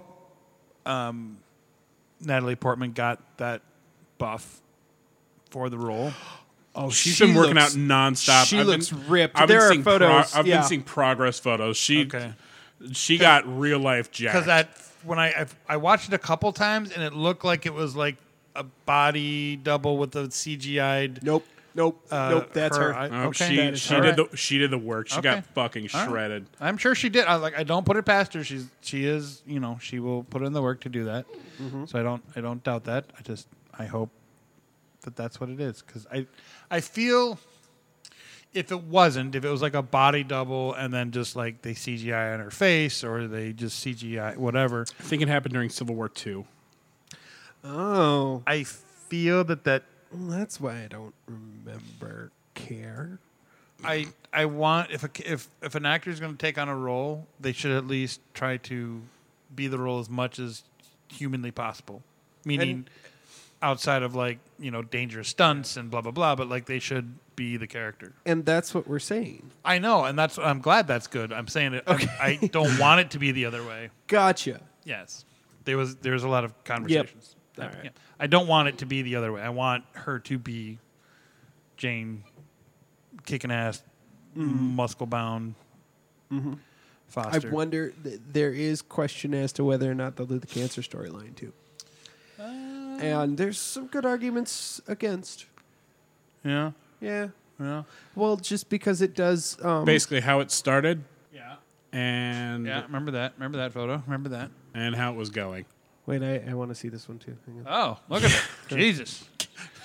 C: um, Natalie Portman got that buff for the role.
B: oh,
A: She's
B: she
A: been working
B: looks-
A: out nonstop.
B: She
A: I've been-
B: looks ripped.
A: I've been
B: there are
A: seeing pro-
B: photos.
A: I've
B: yeah.
A: been seeing progress photos. She
C: Okay.
A: she got real life jacked.
C: Because that when I I've, I watched it a couple times, and it looked like it was like a body double with a CGI.
B: Nope, nope,
C: Uh,
B: nope. That's her.
C: I-
A: Oh,
C: okay.
A: she
B: is
A: she
B: her.
A: did the she did the work. She
C: Okay.
A: got fucking
C: All right.
A: shredded.
C: I'm sure she did. I like. I don't put it past her. She's she is. You know, she will put in the work to do that. So I don't. I don't doubt that. I just. I hope that that's what it is because I. I feel if it wasn't, if it was like a body double and then just like they CGI on her face or they just CGI whatever,
A: I think it happened during Civil War Two.
B: oh,
C: I feel that that
B: well, that's why I don't remember care.
C: I I want if a, if if an actor is going to take on a role, they should at least try to be the role as much as humanly possible. Meaning,
B: And-
C: outside of like you know dangerous stunts and blah blah blah, but like they should be the character.
B: And that's what we're saying.
C: I know, and that's I'm glad that's good. I'm saying it. I'm- I don't want it to be the other way.
B: Gotcha.
C: Yes, there was there was a lot of conversations.
B: All right.
C: Yeah. I don't want it to be the other way. I want her to be Jane, kicking ass, muscle bound.
B: Mm-hmm. I
C: Foster.
B: wonder. Th- there is question as to whether or not they'll do the cancer storyline too. Uh, and there's some good arguments against.
C: yeah,
B: Yeah.
C: yeah,
B: Well, just because it does. Um,
A: Basically, how it started
C: yeah,
A: and
C: yeah. Remember that. Remember that photo. Remember that.
A: and how it was going.
B: wait, I, I want to see this one too. Hang on.
C: Oh, look at that. Jesus.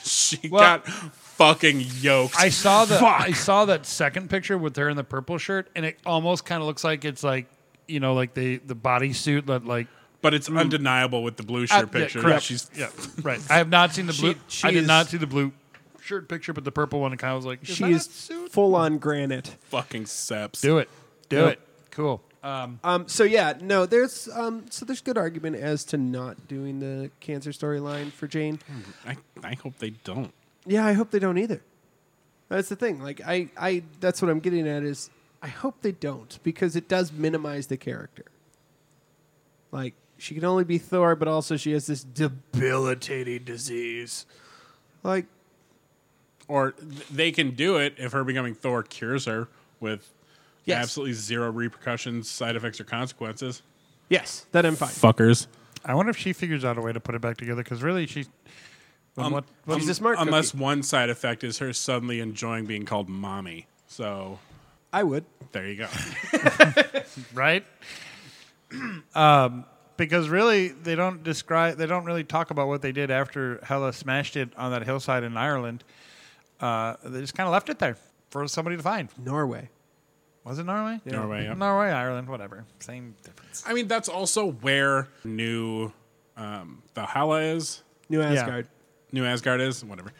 A: She
C: Well-
A: got fucking yoked.
C: I saw the I saw that second picture with her in the purple shirt, and it almost kind of looks like it's like you know like the the bodysuit that like
A: but it's undeniable with the blue shirt
C: Mm. Uh, yeah,
A: picture.
C: correct.
A: She's
C: yeah, right. I have not seen the blue.
B: she
C: I did
B: is-
C: not see the blue shirt picture, but the purple one. And Kyle was like,
B: She is full on granite.
A: fucking seps.
C: Do it. Do
B: Yep.
C: it. Cool. Um,
B: Um, so yeah, no, there's um, so there's good argument as to not doing the cancer storyline for Jane.
A: I, I hope they don't.
B: Yeah, I hope they don't either. That's the thing. Like I, I that's what I'm getting at is I hope they don't because it does minimize the character. Like she can only be Thor, but also she has this debilitating disease. Like
A: Or th- they can do it if her becoming Thor cures her with
B: Yes.
A: absolutely zero repercussions, side effects, or consequences.
B: yes, that I'm fine.
A: Fuckers.
C: I wonder if she figures out a way to put it back together because really she. when what, when-
B: She's a smart
A: Um, Unless
B: cookie.
A: one side effect is her suddenly enjoying being called mommy. So
B: I would.
A: there you go.
C: right? um, because really, they don't describe. They don't really talk about what they did after Hella smashed it on that hillside in Ireland. Uh, they just kind of left it there for somebody to find.
B: Norway.
C: Was it Norway?
A: Norway, yeah.
C: Norway, Ireland, whatever. Same difference.
A: I mean, that's also where new um, Valhalla is,
B: New Asgard.
A: New Asgard is, whatever.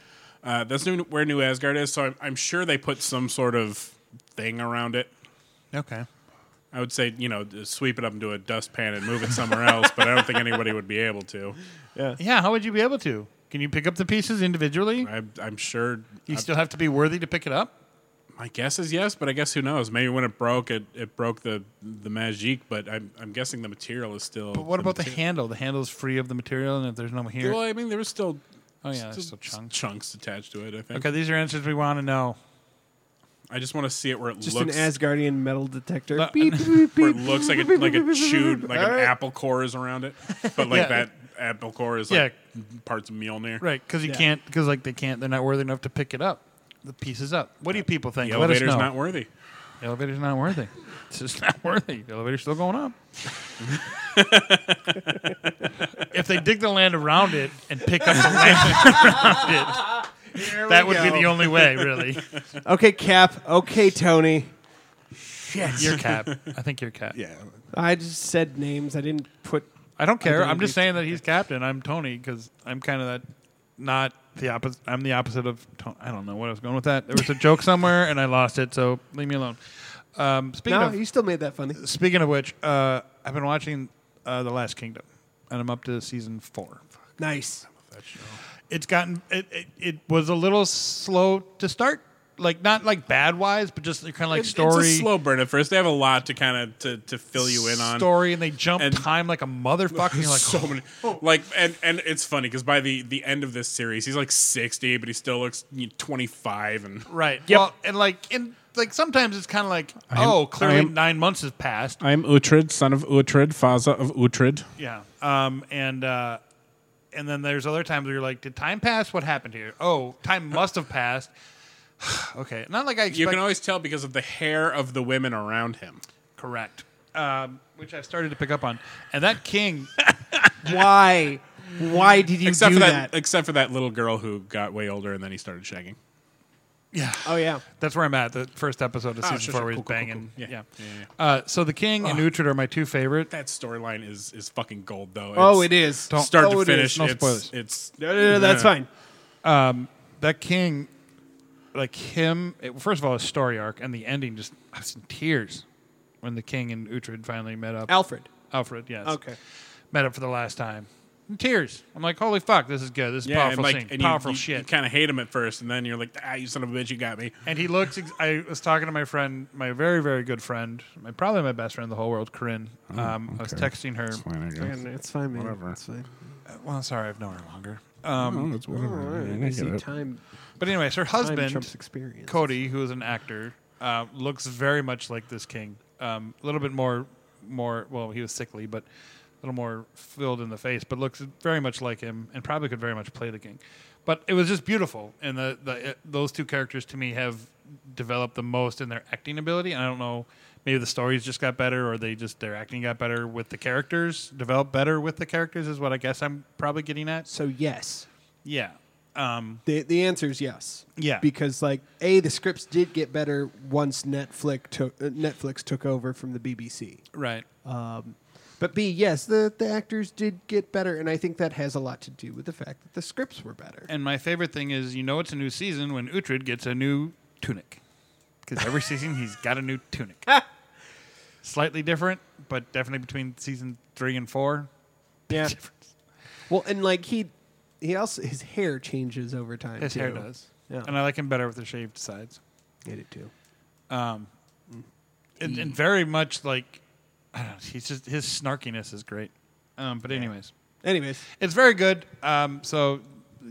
A: Uh, that's new, where New Asgard is. So I'm, I'm sure they put some sort of thing around it.
C: Okay.
A: I would say, you know, just sweep it up into a dustpan and move it somewhere else, but I don't think anybody would be able to.
C: Yeah, how would you be able to? Can you pick up the pieces individually?
A: I, I'm sure.
C: You
A: I-
C: still have to be worthy to pick it up.
A: my guess is yes, but I guess who knows? Maybe when it broke, it, it broke the the magique. But I'm I'm guessing the material is still.
C: But what about the
A: materi-
C: handle? The handle's free of the material, and if there's no here,
A: Well, I mean, there was still.
C: oh yeah, there's still chunks.
A: chunks attached to it. I think.
C: Okay, these are answers we want to know.
A: I just want to see it where it
B: Just
A: looks
B: an Asgardian metal detector.
C: No,
B: Beep, beep,
A: where it
B: beep.
A: looks like a like a chewed like an
B: Alright.
A: apple core is around it, but like
C: Yeah.
A: that apple core is like
C: Yeah.
A: parts of Mjolnir.
C: Right, because you
B: Yeah.
C: can't, because like they can't, they're not worthy enough to pick it up. The pieces up. What do you people think?
A: The
C: Let us
A: elevator's
C: know.
A: not worthy.
C: the elevator's not worthy. It's just not worthy. The elevator's still going up. if they dig the land around it and pick up the land around it, that would be the only way, really.
B: Okay, Cap. Okay, Tony.
C: Your cap. I think your cap.
A: Yeah,
B: I just said names. I didn't put.
C: I don't care.
B: don't
C: I'm just
B: agree.
C: saying that he's captain. I'm Tony because I'm kind of that. Not the opposite. I'm the opposite of. Tony. I don't know what I was going with that. There was a joke somewhere and I lost it. So leave me alone. Um, speaking
B: No,
C: of
B: you still made that funny.
C: speaking of which, uh, I've been watching uh, The Last Kingdom, and I'm up to season four.
B: Nice.
C: It's gotten. It, it, it was a little slow to start. Like not like bad wise, but just kind of like
A: It-
C: story.
A: It's a slow burn at first. They have a lot to kind of to, to fill you in on.
C: story, and they jump
A: And-
C: time like a motherfucker. You're like,
A: so many, like, and and it's funny because by the the end of this series, he's like sixty, but he still looks you know, twenty five, and
C: Right. Yep. Well, and like and like sometimes it's kind of like oh clearly
A: I'm-
C: nine months has passed.
A: I'm Uhtred, son of Uhtred, Faza of Uhtred.
C: Yeah. Um. And uh, and then there's other times where you're like, did time pass? What happened here? Oh, time must have passed. okay. Not like I expect.
A: You can always tell because of the hair of the women around him.
C: correct. Um, which I've started to pick up on, and that king.
B: Why? Why did you
A: Except
B: do
A: for that, except for that little girl who got way older and then he started shagging.
C: yeah.
B: Oh yeah.
C: That's where I'm at. The first episode of season
A: sure,
C: four,
A: sure.
C: where he's
A: Cool, cool, cool,
C: banging.
A: cool. Yeah.
C: Yeah. Uh, so the king and Uhtred are my two favorite.
A: That storyline is is fucking gold though.
B: Oh, it
A: It's
B: is.
C: Don't-
A: Start
B: Oh,
A: to
B: it is.
A: finish.
C: No
A: it's,
C: spoilers.
A: It's
B: No, no, no. That's fine.
C: that king, like him, it, first of all, his story arc and the ending just, I was in tears when the king and Uhtred finally met up.
B: Alfred.
C: Alfred, yes.
B: Okay.
C: Met up for the last time. In tears. I'm like, holy fuck, this is good. This is
A: Yeah,
C: powerful
A: and like
C: scene.
A: and you-
C: powerful
A: you,
C: shit.
A: You kind of hate him at first, and then you're like, ah, you son of a bitch, you got me.
C: and he looks, ex- I was talking to my friend, my very, very good friend, my probably my best friend in the whole world, Corinne. Um, I was texting her.
B: It's fine, man.
A: Whatever.
B: It's fine.
C: Well, sorry, I've known her longer.
B: I see time.
C: But anyways, her
B: Time
C: husband,
B: trumps experience.
C: Cody, who is an actor, uh, looks very much like this king. Um, a little bit more, more. Well, he was sickly, but a little more filled in the face. But looks very much like him, and probably could very much play the king. But it was just beautiful, and the, the it, those two characters to me have developed the most in their acting ability. And I don't know, maybe the stories just got better, or they just their acting got better with the characters, developed better with the characters is what I guess I'm probably getting at.
B: So yes,
C: Yeah. Um,
B: the the answer is yes.
C: Yeah.
B: Because like a the scripts did get better once Netflix took uh, Netflix took over from the BBC.
C: right.
B: But B, yes, the, the actors did get better, and I think that has a lot to do with the fact that the scripts were better.
C: And my favorite thing is, you know, it's a new season when Uhtred gets a new tunic, because every season he's got a new tunic. Slightly different, but definitely between season three and four.
B: Yeah. well, and like he, he also his hair changes over time.
C: His
B: too.
C: hair does,
B: Yeah.
C: and I like him better with the shaved sides.
B: Get it too.
C: And, and very much like, I don't know, he's just his snarkiness is great. Um, but anyways,
B: Anyways,
C: it's very good. Um, so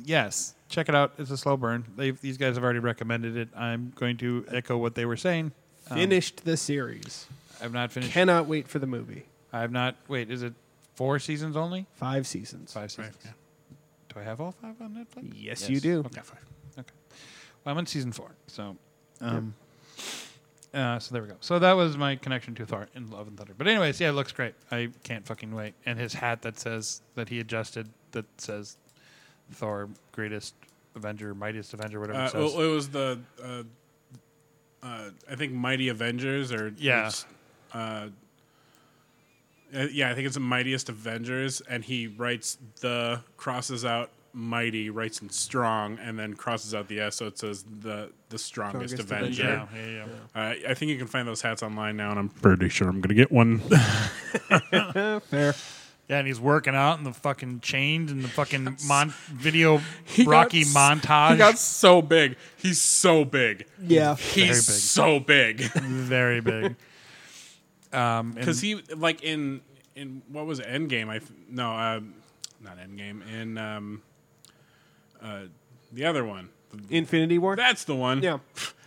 C: yes, check it out. It's a slow burn. They've, these guys have already recommended it. I'm going to echo what they were saying. Um,
B: finished the series.
C: I've not finished.
B: Cannot wait for the movie.
C: I've not. Wait, is it four seasons only?
B: Five seasons.
C: Five seasons. Do I have all five on Netflix?
B: Yes, you do.
C: Okay, five. Okay. Well, I'm on season four, so. Um, uh, so there we go. So that was my connection to Thor in Love and Thunder. But anyways, yeah, it looks great. I can't fucking wait. And his hat that says that he adjusted that says Thor, greatest Avenger, mightiest Avenger, whatever
A: Uh,
C: it says.
A: well, it was the uh, uh, I think Mighty Avengers or
C: Yeah.
A: it's, uh, uh, yeah, I think it's the Mightiest Avengers, and he writes the crosses out mighty, writes in strong, and then crosses out the S, so it says the the strongest,
B: Strongest
A: Avenger.
C: yeah, yeah, yeah.
A: Uh, I think you can find those hats online now, and I'm pretty sure I'm gonna get one.
B: Fair.
C: Yeah, and he's working out in the fucking chains and the fucking mon- video
A: He got
C: Rocky
A: s-
C: montage.
A: He got so big. He's so big.
B: Yeah.
A: He's
C: big.
A: so big.
C: very big. Um, and-
A: Because he like in in what was it, Endgame? I th- no, uh, not Endgame. In um, uh, the other one.
B: Infinity War.
A: That's the one.
B: yeah.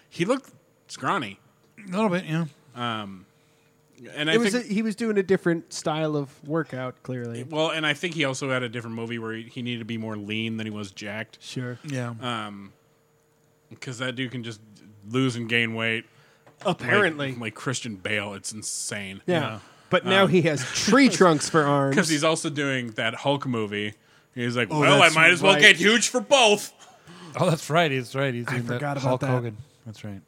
A: He looked scrawny,
C: a little bit, yeah.
A: and I
B: It was a,
A: think
B: he was doing a different style of workout, clearly.
A: well, and I think he also had a different movie where he, he needed to be more lean than he was jacked.
B: Sure.
C: Yeah.
A: Because that dude can just lose and gain weight. Like-
B: Apparently.
A: like, Christian Bale, it's insane.
B: yeah. But now he has tree trunks for arms.
A: because he's also doing that Hulk movie. He's like, well, I
C: that's
A: might as well
B: Oh, right.
A: get huge for both.
C: oh, that's right. He's right. He's I
B: forgot about
C: Hulk
B: that.
C: Hogan. That's right.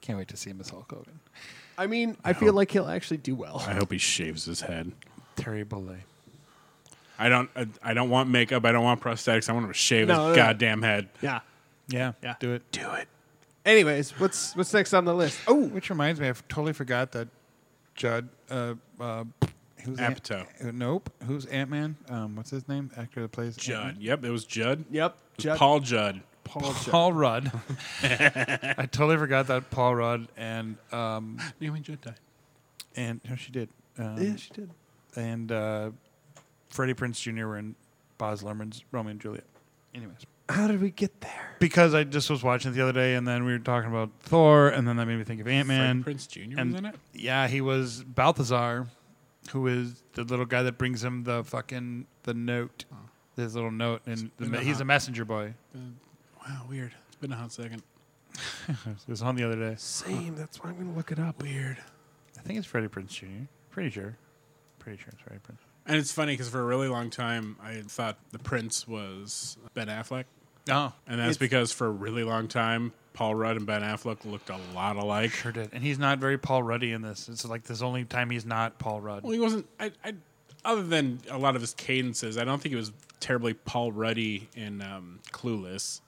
C: Can't wait to see him as Hulk Hogan.
B: I mean, I feel like he'll actually do well.
A: I hope he shaves his head.
C: Terry Bollea.
A: I don't. I, I don't want makeup. I don't want prosthetics. I want him to shave
B: No, no, no.
A: his goddamn head.
B: Yeah.
C: Yeah,
B: Yeah.
C: Do it.
A: Do it.
B: Anyways, what's what's next on the list? Oh,
C: Which reminds me, I f- totally forgot that Judd. Uh, uh, who's Ant-
A: Apatow.
C: uh, nope. Who's Ant Man? Um, what's his name? Actor that plays
A: Judd.
C: Ant-Man?
A: Yep, it was Judd.
B: yep.
A: It was
B: Judd-
A: Paul Judd.
B: Paul Judd.
C: Paul Rudd. I totally forgot that Paul Rudd and um,
A: Naomi Judd died.
C: and no, she did. Um,
B: Yeah, she did.
C: and uh, Freddie Prince Jr. were in Boz Luhrmann's Romeo and Juliet. Anyways,
B: How did we get there?
C: because I just was watching it the other day, and then we were talking about Thor, and then that made me think of Ant Man.
A: Freddie Prince Jr.
C: and
A: was in it.
C: yeah, he was Balthazar, who is the little guy that brings him the fucking the note, his little note, and the,
A: been
C: me-
A: a
C: he's
A: hot-
C: Oh. a messenger boy.
A: Wow, weird. It's been a hot second.
C: It was on the other day.
B: Same. That's why I'm gonna look it up.
A: Weird.
C: I think it's Freddie Prince Jr. Pretty sure, pretty sure it's Freddie Prince.
A: And it's funny because for a really long time I thought the Prince was Ben Affleck,
C: Oh,
A: and that's
B: It's-
A: because for a really long time Paul Rudd and Ben Affleck looked a lot alike.
C: sure did. And he's not very Paul Ruddy in this. It's like this only time he's not Paul Rudd.
A: Well, he wasn't. I, I, other than a lot of his cadences, I don't think he was terribly Paul Ruddy in um, Clueless.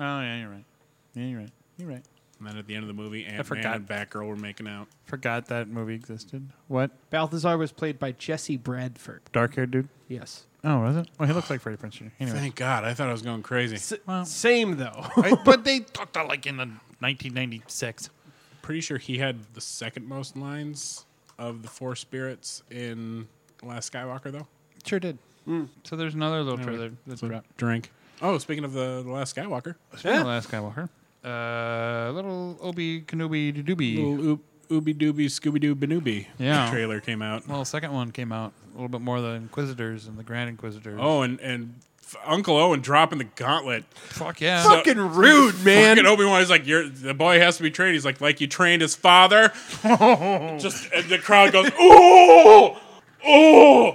C: Oh yeah, you're right. Yeah, you're right. You're right.
A: And then at the end of the movie, Ant Man
C: forgot.
A: and Batgirl were making out.
C: Forgot that movie existed. What?
B: Balthazar was played by Jesse Bradford.
C: Dark haired dude?
B: Yes.
C: Oh, was it? Well, he looks like Freddie Prinze Jr. Anyway.
A: Thank God, I thought I was going crazy.
C: Well.
B: Same though.
C: I- but they talked about like in the 1996.
A: Pretty sure he had the second most lines of the four spirits in Last Skywalker, though.
C: Sure did. So there's another little
A: Anyway,
C: trailer that's
A: so
C: put out.
A: drink. Oh, speaking of the, the Last Skywalker,
C: Speaking of Last Skywalker, uh, little Obi Kenobi Doobie.
A: little Ooby Dooby Scooby Doo Banooby
C: Yeah.
A: trailer came out.
C: Well, second one came out a little bit more of the Inquisitors and the Grand Inquisitors.
A: Oh, and and f- Uncle Owen dropping the gauntlet.
C: fuck yeah!
B: Fucking rude, man.
A: Fucking Obi Wan is like, "You're the boy has to be trained." He's like, "Like you trained his father." Just and the crowd goes, "Ooh, ooh!"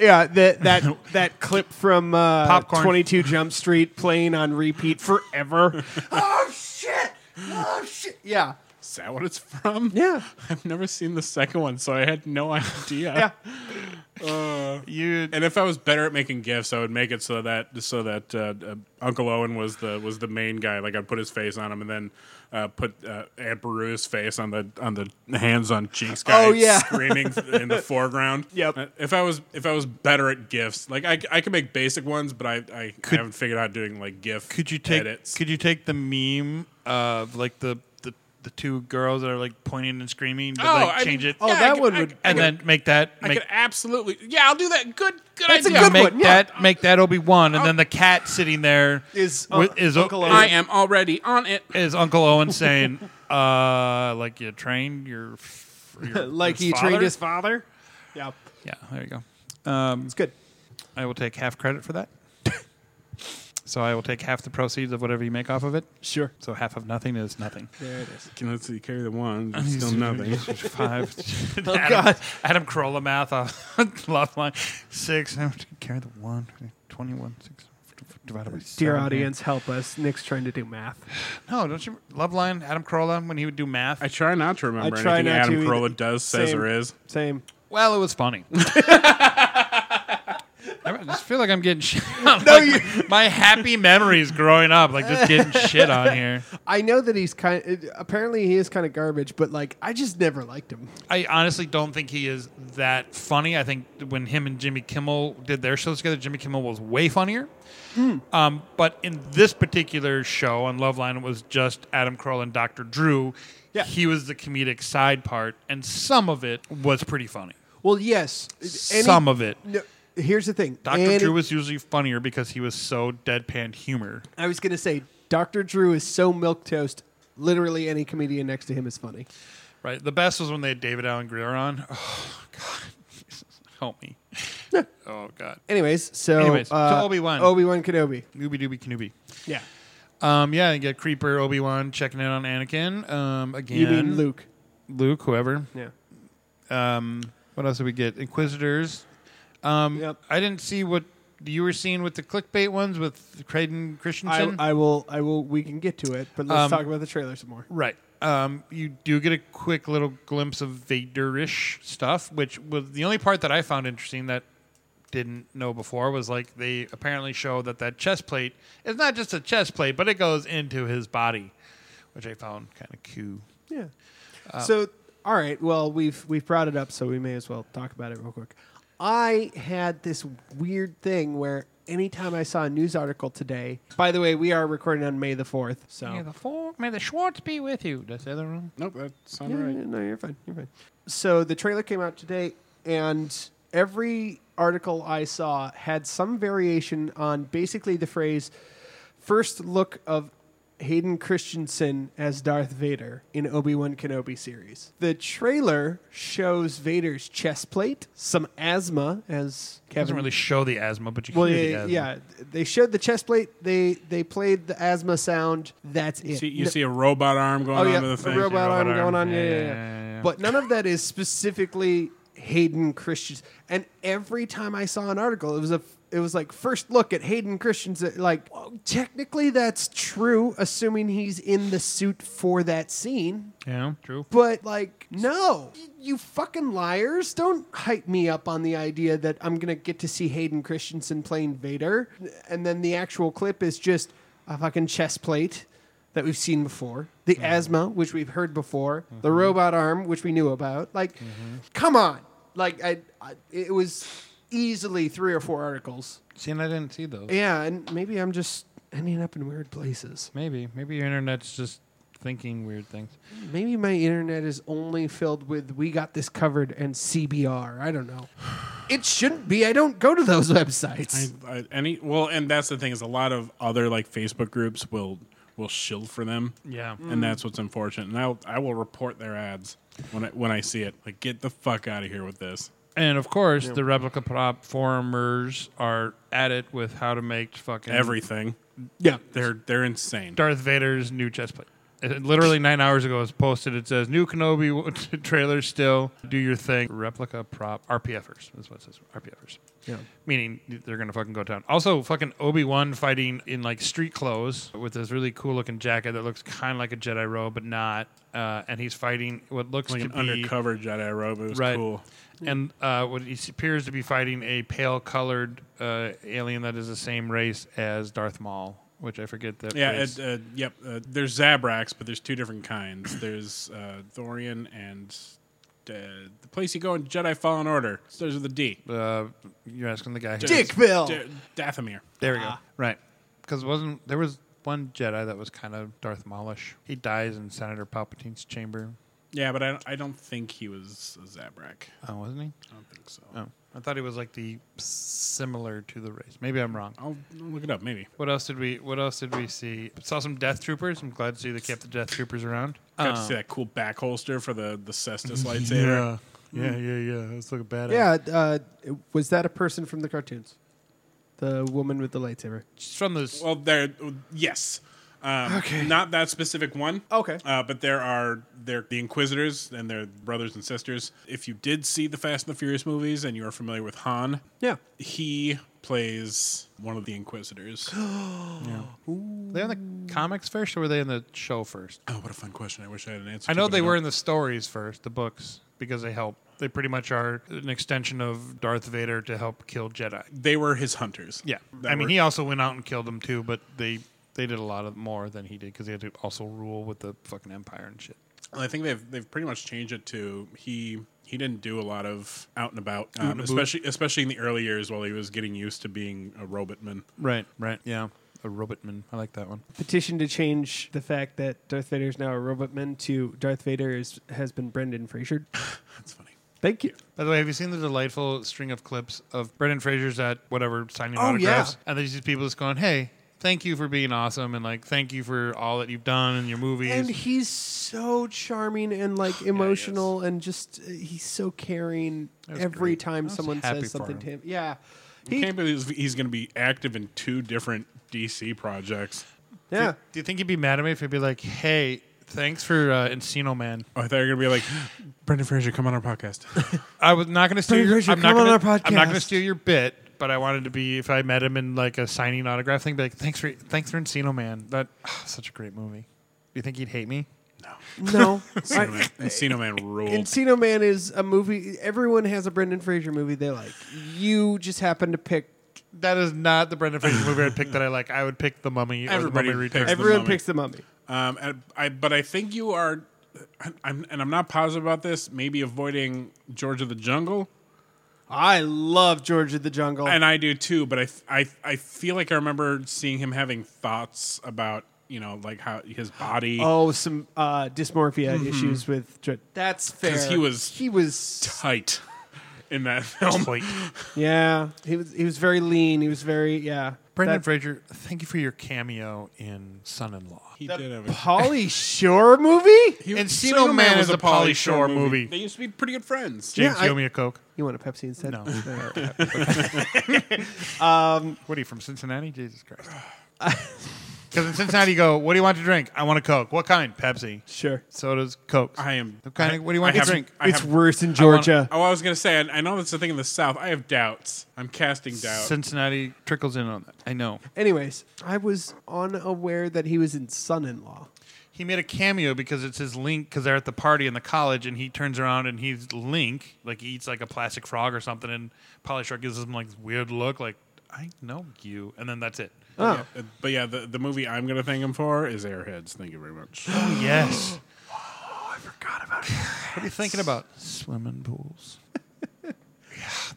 B: Yeah, that that that clip from uh,
C: Popcorn.
B: 22 Jump Street playing on repeat forever. oh shit! Oh shit! Yeah,
A: Is that what it's from?
B: yeah,
A: I've never seen the second one, so I had no idea.
B: yeah.
C: you
A: And if I was better at making gifts, I would make it so that so that uh, uh, Uncle Owen was the was the main guy. Like I'd put his face on him, and then uh, put uh, Aunt Beru's face on the on the hands on cheeks guy.
B: Oh, yeah.
A: screaming in the foreground.
B: Yep.
A: Uh, If I was if I was better at gifts, like I, I can make basic ones, but I I haven't figured out doing like gif.
C: could you take
A: edits.
C: could you take the meme of like the the, the two girls that are like pointing and screaming, but
A: oh,
C: like
A: I
C: change
A: mean,
C: it?
B: Oh,
A: yeah, I
B: that
A: could-
B: one
A: I-
B: would-
A: I
C: and
A: could-
C: then make that
A: I
C: make,
A: could absolutely. Yeah, I'll do that. Good good
B: That's a
A: idea.
B: good
C: make
B: one, yeah.
C: that make that Obi Wan, and then the cat sitting there
B: Is, uh,
C: wi- is
B: Uncle Owen.
A: I am already on it.
C: is Uncle Owen saying, uh, like you trained your, f- your
B: Like
C: your
B: he trained
C: father?
B: his father. Yeah,
C: Yeah, there you go. Um,
B: it's good.
C: I will take half credit for that. so I will take half the proceeds of whatever you make off of it.
B: Sure.
C: So half of nothing is nothing.
B: There it is.
A: Let's see, carry the one. Still nothing.
C: Five.
B: Oh
C: Adam,
B: God.
C: Adam Carolla math off left line. Six. I would Carry the one. Twenty-one. Six. Divided by
B: Dear
C: seven.
B: audience, help us. Nick's trying to do math.
C: No, don't you love line Adam Carolla when he would do math?
A: I try not to remember
B: I try
A: anything
B: not
A: Adam
B: to either.
A: Carolla does, says,
B: Same.
A: or is.
B: Same.
C: well, it was funny. I just feel like I'm getting shit on. No, you. My happy memories growing up, like just getting shit on here.
B: I know that he's kind. apparently, he is kind of garbage, but like, I just never liked him.
C: I honestly don't think he is that funny. I think when him and Jimmy Kimmel did their shows together, Jimmy Kimmel was way funnier. Um, but in this particular show on Love Line, it was just Adam Kroll and Dr. Drew.
B: Yeah.
C: He was the comedic side part, and some of it was pretty funny.
B: Well, yes, any-
C: some of it.
B: No, here's the thing,
C: Dr.
B: Any-
C: Drew was usually funnier because he was so deadpan humor.
B: I was gonna say, Doctor Drew is so milk toast. Literally, any comedian next to him is funny.
C: Right. The best was when they had David Allen Greer on. Oh God, Jesus, help me. oh God,
B: Anyways, so
C: Anyways, so
B: uh,
C: Obi-Wan.
B: Obi Wan Kenobi.
C: Nooby Dooby Canoobie.
B: Yeah,
C: Um, yeah, you get Creeper Obi Wan checking in on Anakin. Um, again,
B: you mean Luke?
C: Luke, whoever.
B: Yeah.
C: Um, what else did we get? Inquisitors. Um,
B: Yep.
C: I didn't see what you were seeing with the clickbait ones with Creighton
B: I,
C: Christensen.
B: I will. I will. We can get to it, but let's
C: Um,
B: talk about the trailer some more.
C: Right. Um, you do get a quick little glimpse of Vader-ish stuff, which was the only part that I found interesting that didn't know before was like they apparently show that that chest plate is not just a chest plate, but it goes into his body, which I found kind of cool.
B: Yeah.
C: Uh,
B: so, all right. Well, we've we've brought it up, so we may as well talk about it real quick. I had this weird thing where anytime I saw a news article today. By the way, we are recording on May the fourth, so
C: four, may the Schwartz be with you. Did I say that wrong?
A: Nope, that sounds
B: Yeah,
A: right.
B: yeah, no, you're fine. You're fine. So the trailer came out today, and every article I saw had some variation on basically the phrase first look of Hayden Christensen as Darth Vader in Obi Wan Kenobi series. The trailer shows Vader's chest plate, some asthma, as
C: It doesn't
B: Kevin
C: really show the asthma, but you
B: well,
C: hear
B: yeah,
C: the asthma.
B: yeah, they showed the chest plate. They they played the asthma sound. That's it.
A: See, you
B: No-
A: see a robot arm going
B: oh, yeah,
A: onto the
B: a
A: thing.
B: robot arm
C: robot
B: going
C: arm.
B: on. Yeah,
C: Yeah,
B: yeah, yeah.
C: yeah, yeah, yeah.
B: But none of that is specifically Hayden Christians. And every time I saw an article, it was a it was like first look at Hayden Christians. uh, Like well, technically, that's true, assuming he's in the suit for that scene.
C: Yeah, true.
B: But like, no, Y- you fucking liars! Don't hype me up on the idea that I'm gonna get to see Hayden Christensen playing Vader, and then the actual clip is just a fucking chest plate that we've seen before, the asthma which we've heard before, the robot arm which we knew about. Like, come on! Like, I, I it was easily three or four articles.
C: See, and I didn't see those.
B: Yeah, and maybe I'm just ending up in weird places.
C: Maybe, maybe your internet's just thinking weird things.
B: Maybe my internet is only filled with "We got this covered" and CBR. I don't know. It shouldn't be. I don't go to those websites.
A: I, I, any well, and that's the thing is a lot of other like Facebook groups will will shill for them.
C: Yeah.
A: and that's what's unfortunate. And I'll, I will report their ads when I, when I see it. Like, get the fuck out of here with this.
C: And of course, the replica prop forumers are at it with how to make fucking
A: Everything.
B: yeah,
A: They're they're insane.
C: Darth Vader's new chestplate. It- Literally nine hours ago, it was posted. It says new Kenobi trailer still. Do your thing. Replica prop RPFers. That's what it says. RPFers.
B: Yeah.
C: Meaning they're gonna fucking go down. Also, fucking Obi Wan fighting in like street clothes with this really cool looking jacket that looks kind of like a Jedi robe, but not. Uh, and he's fighting what looks
A: Like
C: to
A: an
C: be
A: undercover Jedi robe. It was
C: Right.
A: cool.
C: And uh, what he appears to be fighting a pale colored uh, alien that is the same race as Darth Maul, which I forget that.
A: Yeah.
C: race.
A: It, uh, yep. Uh, there's Zabrax, but there's two different kinds. There's uh, Thorian and uh, the place you go in Jedi Fallen Order. So those are the D.
C: uh, you're asking the guy. Who
B: Dickville.
A: D- Dathomir.
C: There we go. Right, because wasn't there was one Jedi that was kind of Darth Maulish. He dies in Senator Palpatine's chamber.
A: Yeah, but I don't, I don't think he was a Zabrak.
C: Oh, wasn't he?
A: I don't think so.
C: Oh, I thought he was like the similar to the race. Maybe I'm wrong.
A: I'll I'll look it up, maybe.
C: What else did we? What else did we see? Saw some Death Troopers. I'm glad to see they kept the Death Troopers around.
A: Got to
C: Um,
A: see that cool back holster for the, the Cestus lightsaber.
C: Yeah, yeah, yeah. That's like a badass.
B: Yeah, uh, was that a person from the cartoons? The woman with the lightsaber.
C: She's from the s-
A: Well, there, yes. Um,
B: Okay.
A: Not that specific one.
B: Okay.
A: Uh, but there are there the Inquisitors and their brothers and sisters. If you did see the Fast and the Furious movies and you are familiar with Han,
B: Yeah.
A: he plays one of the Inquisitors. Oh,
C: Were they on the comics first, or were they in the show first?
A: oh, what a fun question! I wish I had an answer.
C: I
A: to,
C: know
A: but
C: they were
A: don't.
C: in the stories first, the books, because they help. They pretty much are an extension of Darth Vader to help kill Jedi.
A: They were his hunters.
C: Yeah,
A: That
C: I mean,
A: were-
C: he also went out and killed them too, but they they did a lot of more than he did because he had to also rule with the fucking empire and shit.
A: I think they've they've pretty much changed it to he he didn't do a lot of out and about,
C: and
A: um,
C: about.
A: especially especially in the early years while he was getting used to being a robotman.
C: Right, right, yeah. A robotman, I like that one.
B: Petition to change the fact that Darth Vader is now a robot man to Darth Vader is, has been Brendan Fraser.
A: That's funny.
B: Thank you.
C: By the way, have you seen the delightful string of clips of Brendan Fraser's at whatever signing
B: Oh,
C: autographs?
B: yeah.
C: And there's these people just going, "Hey, thank you for being awesome, and like, thank you for all that you've done in your movies."
B: And he's so charming and like emotional and just uh, he's so caring
C: was
B: every
C: great. I
B: time
C: was
B: someone
C: happy
B: says
C: for
B: something
C: him.
B: to him. Yeah.
A: I
B: He,
A: can't believe he's- he's going to be active in two different DC projects.
B: yeah.
C: Do you think he'd be mad at me if he'd be like, "Hey, thanks for uh, Encino Man"?
A: Oh, I thought you were going to be like, Brendan Fraser, come on our podcast.
C: I was not going to steal.
B: Brendan
C: Your,
B: Fraser,
C: I'm, not
B: come on
C: gonna,
B: our
C: I'm not
B: podcast.
C: going to steal your bit, but I wanted to be if I met him in like a signing autograph thing, be like, "Thanks for thanks for Encino Man." That ah, such a great movie. Do you think he'd hate me?
B: No.
A: Encino Man- Encino Man ruled.
B: Encino Man is a movie. Everyone has a Brendan Fraser movie they like. You just happen to pick.
C: That is not the Brendan Fraser movie I'd pick that I like. I would pick The Mummy. or The
A: Everybody
C: Mummy
A: picks
C: Returns.
A: The
B: Everyone
A: Mummy.
B: picks the Mummy.
A: Um, and I, but I think you are, I, I'm, and I'm not positive about this. Maybe avoiding George of the Jungle,
B: I love George of the Jungle.
A: and I do too. But I, f- I, I feel like I remember seeing him having thoughts about you know like how his body.
B: oh, some uh, dysmorphia issues with George. That's fair.
A: 'Cause Mm-hmm. he was-
B: He was.
A: tight in that film.
C: Wait.
B: Yeah. He was. He was very lean. He was very. Yeah.
C: Brendan
B: That
C: Fraser, thank you for your cameo in Son in Law.
A: He did have a.
B: Polly Shore movie.
A: He,
C: Encino
A: Encino
C: Man is a Pauly Shore movie.
A: They used to be pretty good friends.
C: James,
B: Yeah, I-
C: you owe me a Coke.
B: You want a Pepsi instead?
C: No.
B: There.
C: What are you from Cincinnati? Jesus Christ. Because in Cincinnati, you go, what do you want to drink? I want a Coke. What kind? Pepsi.
B: Sure.
C: Sodas, Cokes.
A: I am.
C: What kind of- what do you want
A: I
C: to
A: have-
C: drink?
A: I
B: it's
A: have-
B: worse in Georgia.
A: Oh, I was gonna say. I, I know that's the thing in the South. I have doubts. I'm casting doubts.
C: Cincinnati trickles in on that. I know.
B: Anyways, I was unaware that he was in Son-in-Law.
C: He made a cameo because it's his Link because they're at the party in the college and he turns around and he's Link, like he eats like a plastic frog or something, and Polyshark gives him like this weird look, like I know you, and then that's it.
B: Oh.
A: Uh, But yeah, the, the movie I'm gonna thank him for is Airheads. Thank you very much.
C: Oh yes. Oh,
B: God about it.
C: what are you thinking about? Swimming pools. yeah,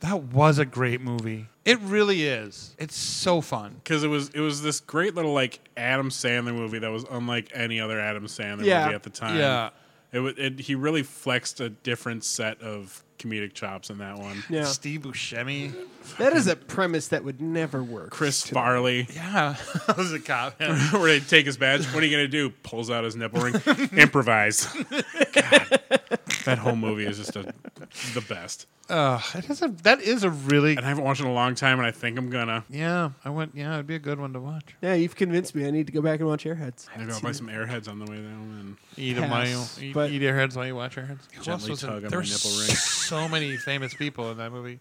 C: that was a great movie. It really is. It's so fun.
A: Because it was it was this great little like Adam Sandler movie that was unlike any other Adam Sandler
B: Yeah.
A: movie at the time.
C: Yeah.
A: it, wa- it he really flexed a different set of comedic chops in that one.
B: Yeah.
C: Steve Buscemi.
B: That is a premise that would never work.
A: Chris Farley,
C: Yeah, that was a cop. yeah.
A: where they take his badge. What are you gonna do? Pulls out his nipple ring. Improvise. God. That whole movie is just a, the best.
C: Uh, it is a, that is a really
A: And I haven't watched it in a long time, and I think I'm gonna.
C: yeah. I went yeah. It'd be a good one to watch.
B: Yeah, you've convinced me. I need to go back and watch Airheads.
A: Maybe I'll buy some Airheads on the way down.
C: Eat
B: Pass,
C: them while you eat,
B: but-
C: eat your heads while you watch your heads. Who
A: Gently
C: else was in-
A: tug on my
C: there were
A: nipple
C: s-
A: ring.
C: So many famous people in that movie.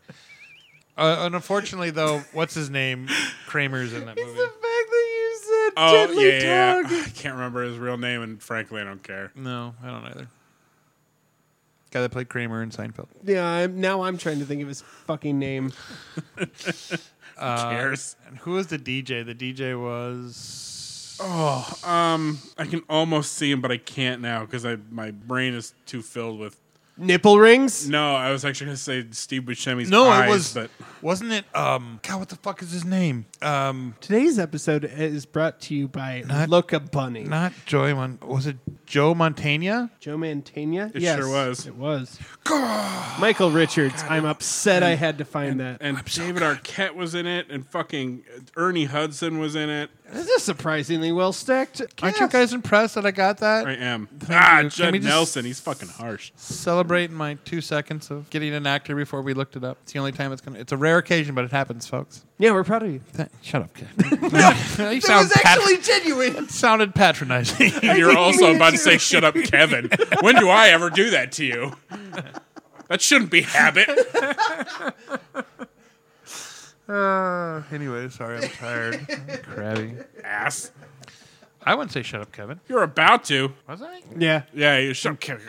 C: Uh, and unfortunately, though, what's his name? Kramer's in that movie.
B: that you said
A: Oh yeah, yeah, yeah. I can't remember his real name, and frankly, I don't care.
C: No, I don't either. Guy that played Kramer in Seinfeld.
B: Yeah, I'm, now I'm trying to think of his fucking name.
C: Uh,
A: cares?
C: And who was the DJ? The DJ was.
A: Oh, um, I can almost see him, but I can't now because I my brain is too filled with.
B: Nipple rings?
A: No, I was actually gonna say Steve Buscemi's
C: No,
A: eyes,
C: it was.
A: but
C: Wasn't it? Um, God, what the fuck is his name? Um,
B: Today's episode is brought to you by
C: Not-
B: Look a Bunny.
C: not Joey. Mon- was it Joe Montana?
B: Joe Mantegna?
A: It
B: yes,
A: sure was.
B: It was. Michael Richards. I'm upset I had to find that.
A: and David Arquette was in it, and fucking Ernie Hudson was in it.
B: This is surprisingly well stacked.
C: Aren't you guys impressed that I got that?
A: I am. ah,
C: you. Can
A: Judd
C: we just-
A: Nelson. He's fucking harsh.
C: Celebrating my two seconds of getting an actor before we looked it up. It's the only time it's gonna. It's a rare occasion, but it happens, folks.
B: Yeah, we're proud of you.
C: Th- Shut up, kid. you sound pat-
B: genuine.
C: it sounded patronizing.
A: You're also about to say, "Shut up, Kevin." When do I ever do that to you? That shouldn't be habit.
C: uh, anyway, sorry, I'm tired. I'm crabby.
A: Ass.
C: I wouldn't say shut up, Kevin.
A: You're about to.
C: Was I?
B: Yeah,
A: Yeah, you shut up, Kevin.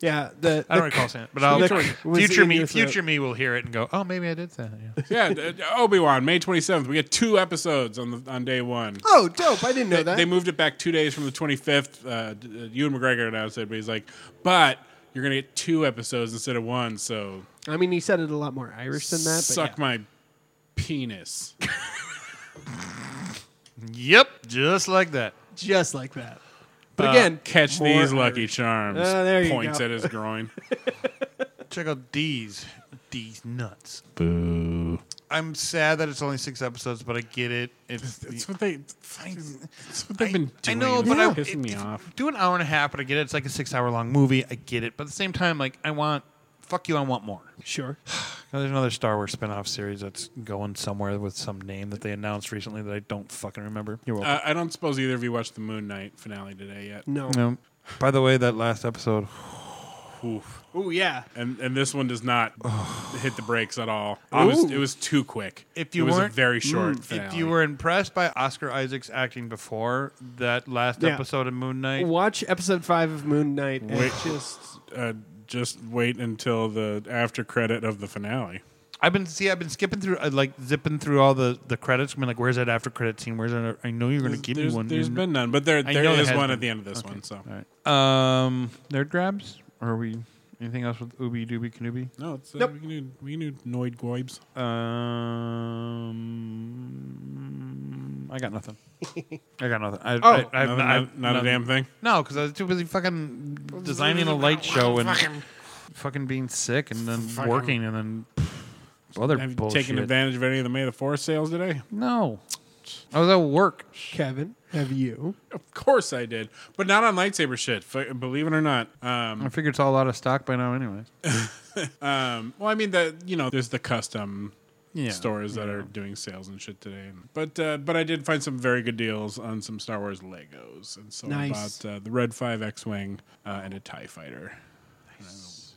B: yeah. The,
C: I don't recall saying it, but I'll,
B: the- was
C: future
B: in
C: me,
B: your throat.
C: future me will hear it and go, "Oh, maybe I did say that." Yeah.
A: Yeah, Obi Wan, May 27th. We get two episodes on the on day one.
B: oh, dope! I didn't know that.
A: They moved it back two days from the 25th. Uh, d- uh, Ewan McGregor announced it, but he's like, but you're going to get two episodes instead of one, so
B: I mean, he said it a lot more Irish than that.
A: suck
B: but
A: my penis.
C: Yep, just like that.
B: yeah, just like that. But again,
A: Uh, Catch
B: more
A: these Lucky Charms.
B: Ah, there you
A: points
B: go.
A: at his groin.
C: Check out these, these nuts. Boo. I'm sad that it's only six episodes, but I get it. It's,
A: That's what they. That's what they've
C: I-
A: been
C: I
A: doing.
C: know,
A: It's
C: but I,
A: pissing
C: it-
A: me
C: it-
A: off.
C: Do an hour and a half, but I get it. It's like a six-hour-long movie. I get it, but at the same time, like I want, fuck you, I want more.
B: sure.
C: Now, there's another Star Wars spin-off series that's going somewhere with some name that they announced recently that I don't fucking remember. You're welcome.
A: Uh, I don't suppose either of you watched the Moon Knight finale today yet.
B: No.
C: no. By the way, that last episode,
A: Oof.
B: Oh yeah.
A: And and this one does not hit the brakes at all. It was,
B: Ooh.
A: it was too quick.
C: If you
A: it was a
C: weren't- Mm,
A: very short.
C: if
A: finale.
C: you were impressed by Oscar Isaac's acting before that last
B: Yeah.
C: episode of Moon Knight,
B: Watch episode five of Moon Knight and
A: Wait.
B: just
A: uh, just wait until the after credit of the finale.
C: I've been see, I've been skipping through, uh, like zipping through all the the credits. I'm like, where's that after credit scene? Where's that? I know you're going to give me
A: There's,
C: one.
A: there's
C: You're-
A: been none, but there
C: I
A: there
C: know there
A: is
C: has
A: one
C: been.
A: at the end of this one. So
C: All right. Um, nerd grabs. Or are we anything else with Ooby Dooby Canooby?
A: no, it's, uh,
B: Nope.
A: we can do we can do Noid Goibs.
C: Um, I got nothing. I got nothing. I, oh,
B: Oh.
C: I, I,
A: Nothing,
C: I-
A: not, not a
C: nothing.
A: damn thing.
C: No, because I was too busy fucking designing a light show and fucking, being sick and then working and then pff, other
A: Have you
C: bullshit.
A: taken advantage of any of the May the Fourth sales today?
C: No, I was at work.
B: Kevin. Have you?
A: Of course I did, but not on lightsaber shit. F- believe it or not. Um,
C: I figured it's all out of stock by now, anyway.
A: um, well, I mean the you know there's the custom
C: Yeah,
A: stores that are doing sales and shit today. But uh, but I did find some very good deals on some Star Wars Legos, and so
B: Nice.
A: I bought uh, the Red Five X Wing uh, and a Tie Fighter. And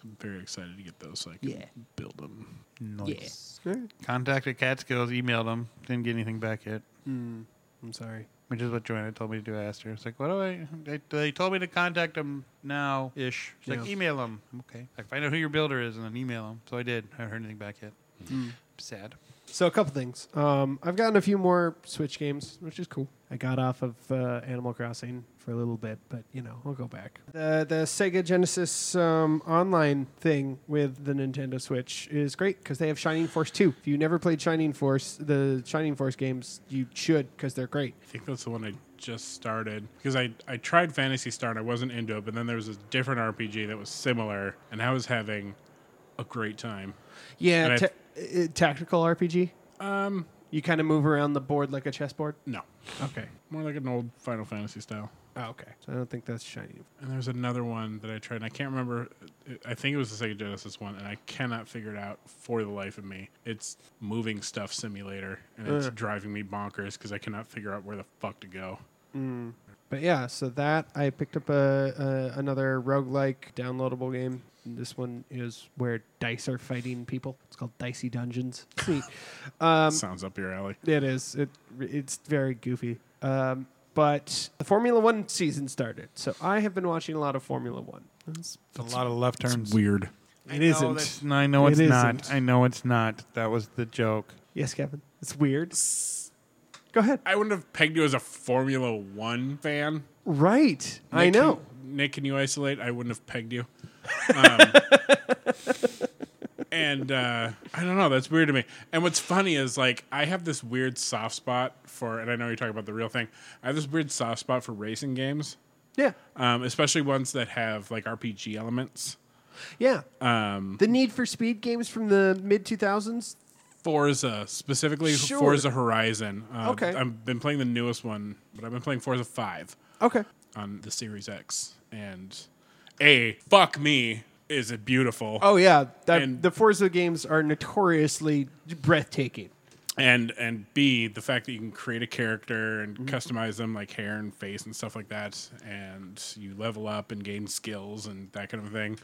A: I'm very excited to get those so I can
B: Yeah.
A: build them.
C: Nice.
B: Alright.
C: Contacted Catskills, emailed them, didn't get anything back yet,
B: I'm sorry.
C: which is what Joanna told me to do. I asked her, it's like, what do I? They, they told me to contact them now ish. She's like,
B: Yeah.
C: email them. Okay. Like, find out who your builder is and then email them. So I did. I haven't heard anything back yet. Sad.
B: So a couple things. Um, I've gotten a few more Switch games, which is cool. I got off of uh, Animal Crossing for a little bit, but you know I'll go back. The the Sega Genesis um, online thing with the Nintendo Switch is great because they have Shining Force two. If you never played Shining Force, the Shining Force games, you should because they're great.
A: I think that's the one I just started because I I tried Fantasy Star and I wasn't into it, but then there was a different RPG that was similar, and I was having a great time.
B: Yeah,
A: And
B: ta-
A: I-
B: uh, tactical RPG.
A: Um,
B: You kind of move around the board like a chessboard.
A: no,
B: Okay.
A: more like an old Final Fantasy style.
B: Oh, okay. So I don't think that's Shining.
A: And there's another one that I tried, and I can't remember. I think it was the Sega Genesis one, and I cannot figure it out for the life of me. It's moving stuff simulator, and it's
B: Ugh.
A: driving me bonkers because I cannot figure out where the fuck to go.
B: But yeah, so that I picked up a, a another roguelike downloadable game. This one is where dice are fighting people. It's called Dicey Dungeons. It's neat. um,
A: Sounds up your alley.
B: it is. It it's very goofy. Um, but the Formula One season started, so I have been watching a lot of Formula One. It's-
C: It's a lot of left turns.
A: Weird.
B: It isn't.
C: No, I know
B: It
C: it's
B: isn't.
C: not. I know it's not. That was the joke.
B: Yes, Kevin. It's weird. Go ahead.
A: I wouldn't have pegged you as a Formula One fan. Nick,
B: Right. I
A: can-
B: know.
A: Nick, can you isolate? I wouldn't have pegged you. Um, and uh, I don't know. That's weird to me. And what's funny is like I have this weird soft spot for, and I know you're talking about the real thing. I have this weird soft spot for racing games.
B: Yeah.
A: um, especially ones that have like RPG elements.
B: Yeah. Um, the Need for Speed games from the mid 2000s,
A: Forza, specifically
B: Sure.
A: Forza Horizon. Uh,
B: Okay.
A: I've been playing the newest one, but I've been playing Forza 5
B: Okay.
A: on the Series X. And A, fuck me, is it beautiful.
B: Oh yeah, that,
A: And-
B: the Forza games are notoriously breathtaking.
A: and and B the fact that you can create a character
C: Mm-hmm.
A: and customize them like hair and face and stuff like that, and you level up and gain skills and that kind of thing.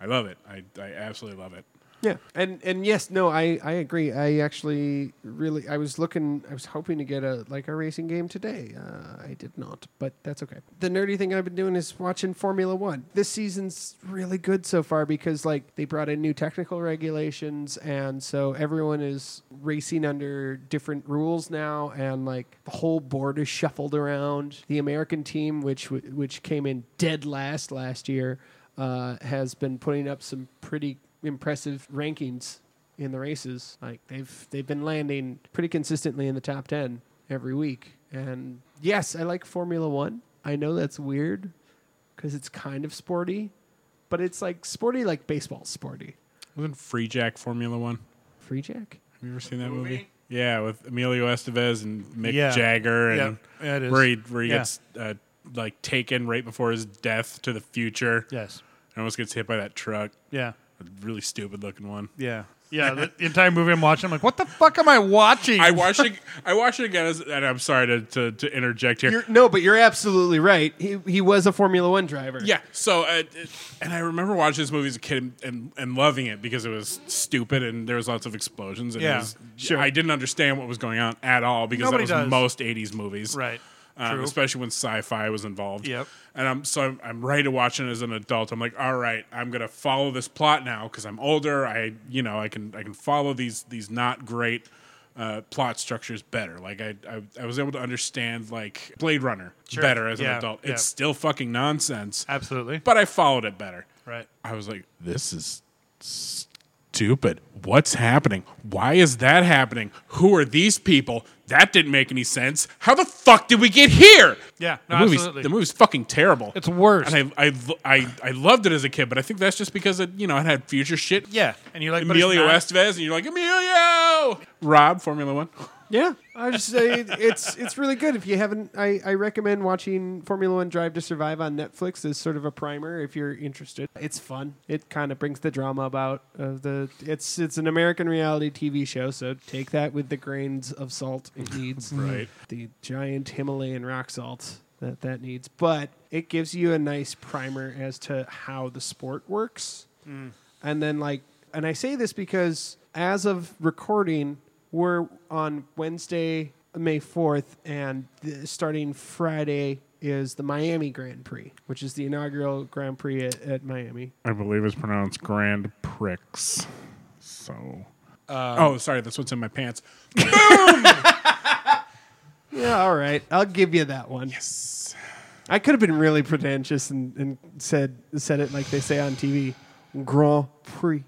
A: I love it. I I absolutely love it.
B: Yeah, and and yes, no, I I agree. I actually really I was looking, I was hoping to get a like a racing game today. Uh, I did not, but that's okay. The nerdy thing I've been doing is watching Formula One. This season's really good so far because like they brought in new technical regulations, and so everyone is racing under different rules now, and like the whole board is shuffled around. The American team, which w- which came in dead last last year, uh, has been putting up some pretty impressive rankings in the races. Like they've they've been landing pretty consistently in the top ten every week. And yes, I like Formula One. I know that's weird because it's kind of sporty, but it's like sporty like baseball sporty.
A: Wasn't Free Jack Formula One?
B: Free Jack.
A: Have you ever seen that movie? Yeah, with Emilio Estevez and Mick
C: Yeah.
A: Jagger, and
C: Yeah, yeah, it is.
A: where he where he
C: Yeah.
A: gets uh, like taken right before his death to the future.
C: Yes.
A: and almost gets hit by that truck.
C: Yeah.
A: A really stupid looking one.
C: Yeah. Yeah. The entire movie I'm watching, I'm like, what the fuck am I watching?
A: I watched it. I watched it again, as- and I'm sorry to, to, to interject here.
B: You're, no, but you're absolutely right. He he was a Formula One driver.
A: Yeah. So, uh, and I remember watching this movie as a kid and, and, and loving it because it was stupid and there was lots of explosions. And it
C: Yeah,
A: was-
C: sure.
A: I didn't understand what was going on at all because
C: Nobody
A: that was
C: does.
A: most '80s movies,
C: Right.
A: Um,
C: True.
A: Especially when sci-fi was involved.
C: Yep.
A: And I'm so I'm, I'm ready to watch it as an adult. I'm like, all right, I'm gonna follow this plot now because I'm older. I you know I can I can follow these these not great. Uh, plot structures better. Like I, I, I was able to understand like Blade Runner better as an
C: Yeah,
A: adult.
C: yeah.
A: It's still fucking nonsense
C: Absolutely.
A: but I followed it better.
C: Right.
A: I was like, this is stupid. What's happening? Why is that happening? Who are these people? That didn't make any sense. How the fuck did we get here?
C: Yeah,
A: the,
C: no,
A: movie's,
C: absolutely.
A: the movie's fucking terrible.
C: It's worse.
A: And I, I, I, I loved it as a kid, but I think that's just because it, you know, it had future shit.
C: Yeah. And you're like, but it's
A: Emilio
C: not-
A: Estevez, and you're like, Emilio! Rob, Formula One.
B: Yeah, I just say it's it's really good. If you haven't, I, I recommend watching Formula One Drive to Survive on Netflix as sort of a primer if you're interested. It's fun. It kind of brings the drama about of the. It's it's an American reality TV show, so take that with the grains of salt it needs.
A: Right.
B: The giant Himalayan rock salt that that needs, but it gives you a nice primer as to how the sport works. And then like and I say this because as of recording, we're on Wednesday, May 4th, and th- starting Friday is the Miami Grand Prix, which is the inaugural Grand Prix at, at Miami.
A: I believe it's pronounced Grand Prix. So. oh, sorry, that's what's in my pants.
B: Yeah, all right. I'll give you that one.
A: Yes.
B: I could have been really pretentious and, and said said it like they say on TV Grand Prix.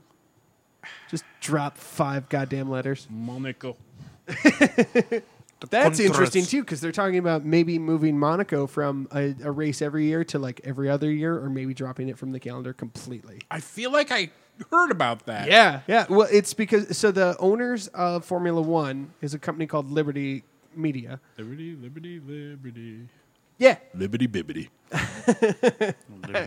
B: Just drop five goddamn letters.
A: Monaco.
B: That's
C: Contras.
B: interesting too, because they're talking about maybe moving Monaco from a, a race every year to like every other year, or maybe dropping it from the calendar completely.
A: I feel like I heard about that.
B: Yeah, yeah. Well, it's because so the owners of Formula One is a company called Liberty Media.
A: Liberty, liberty, liberty.
B: Yeah,
A: Liberty, bibbity.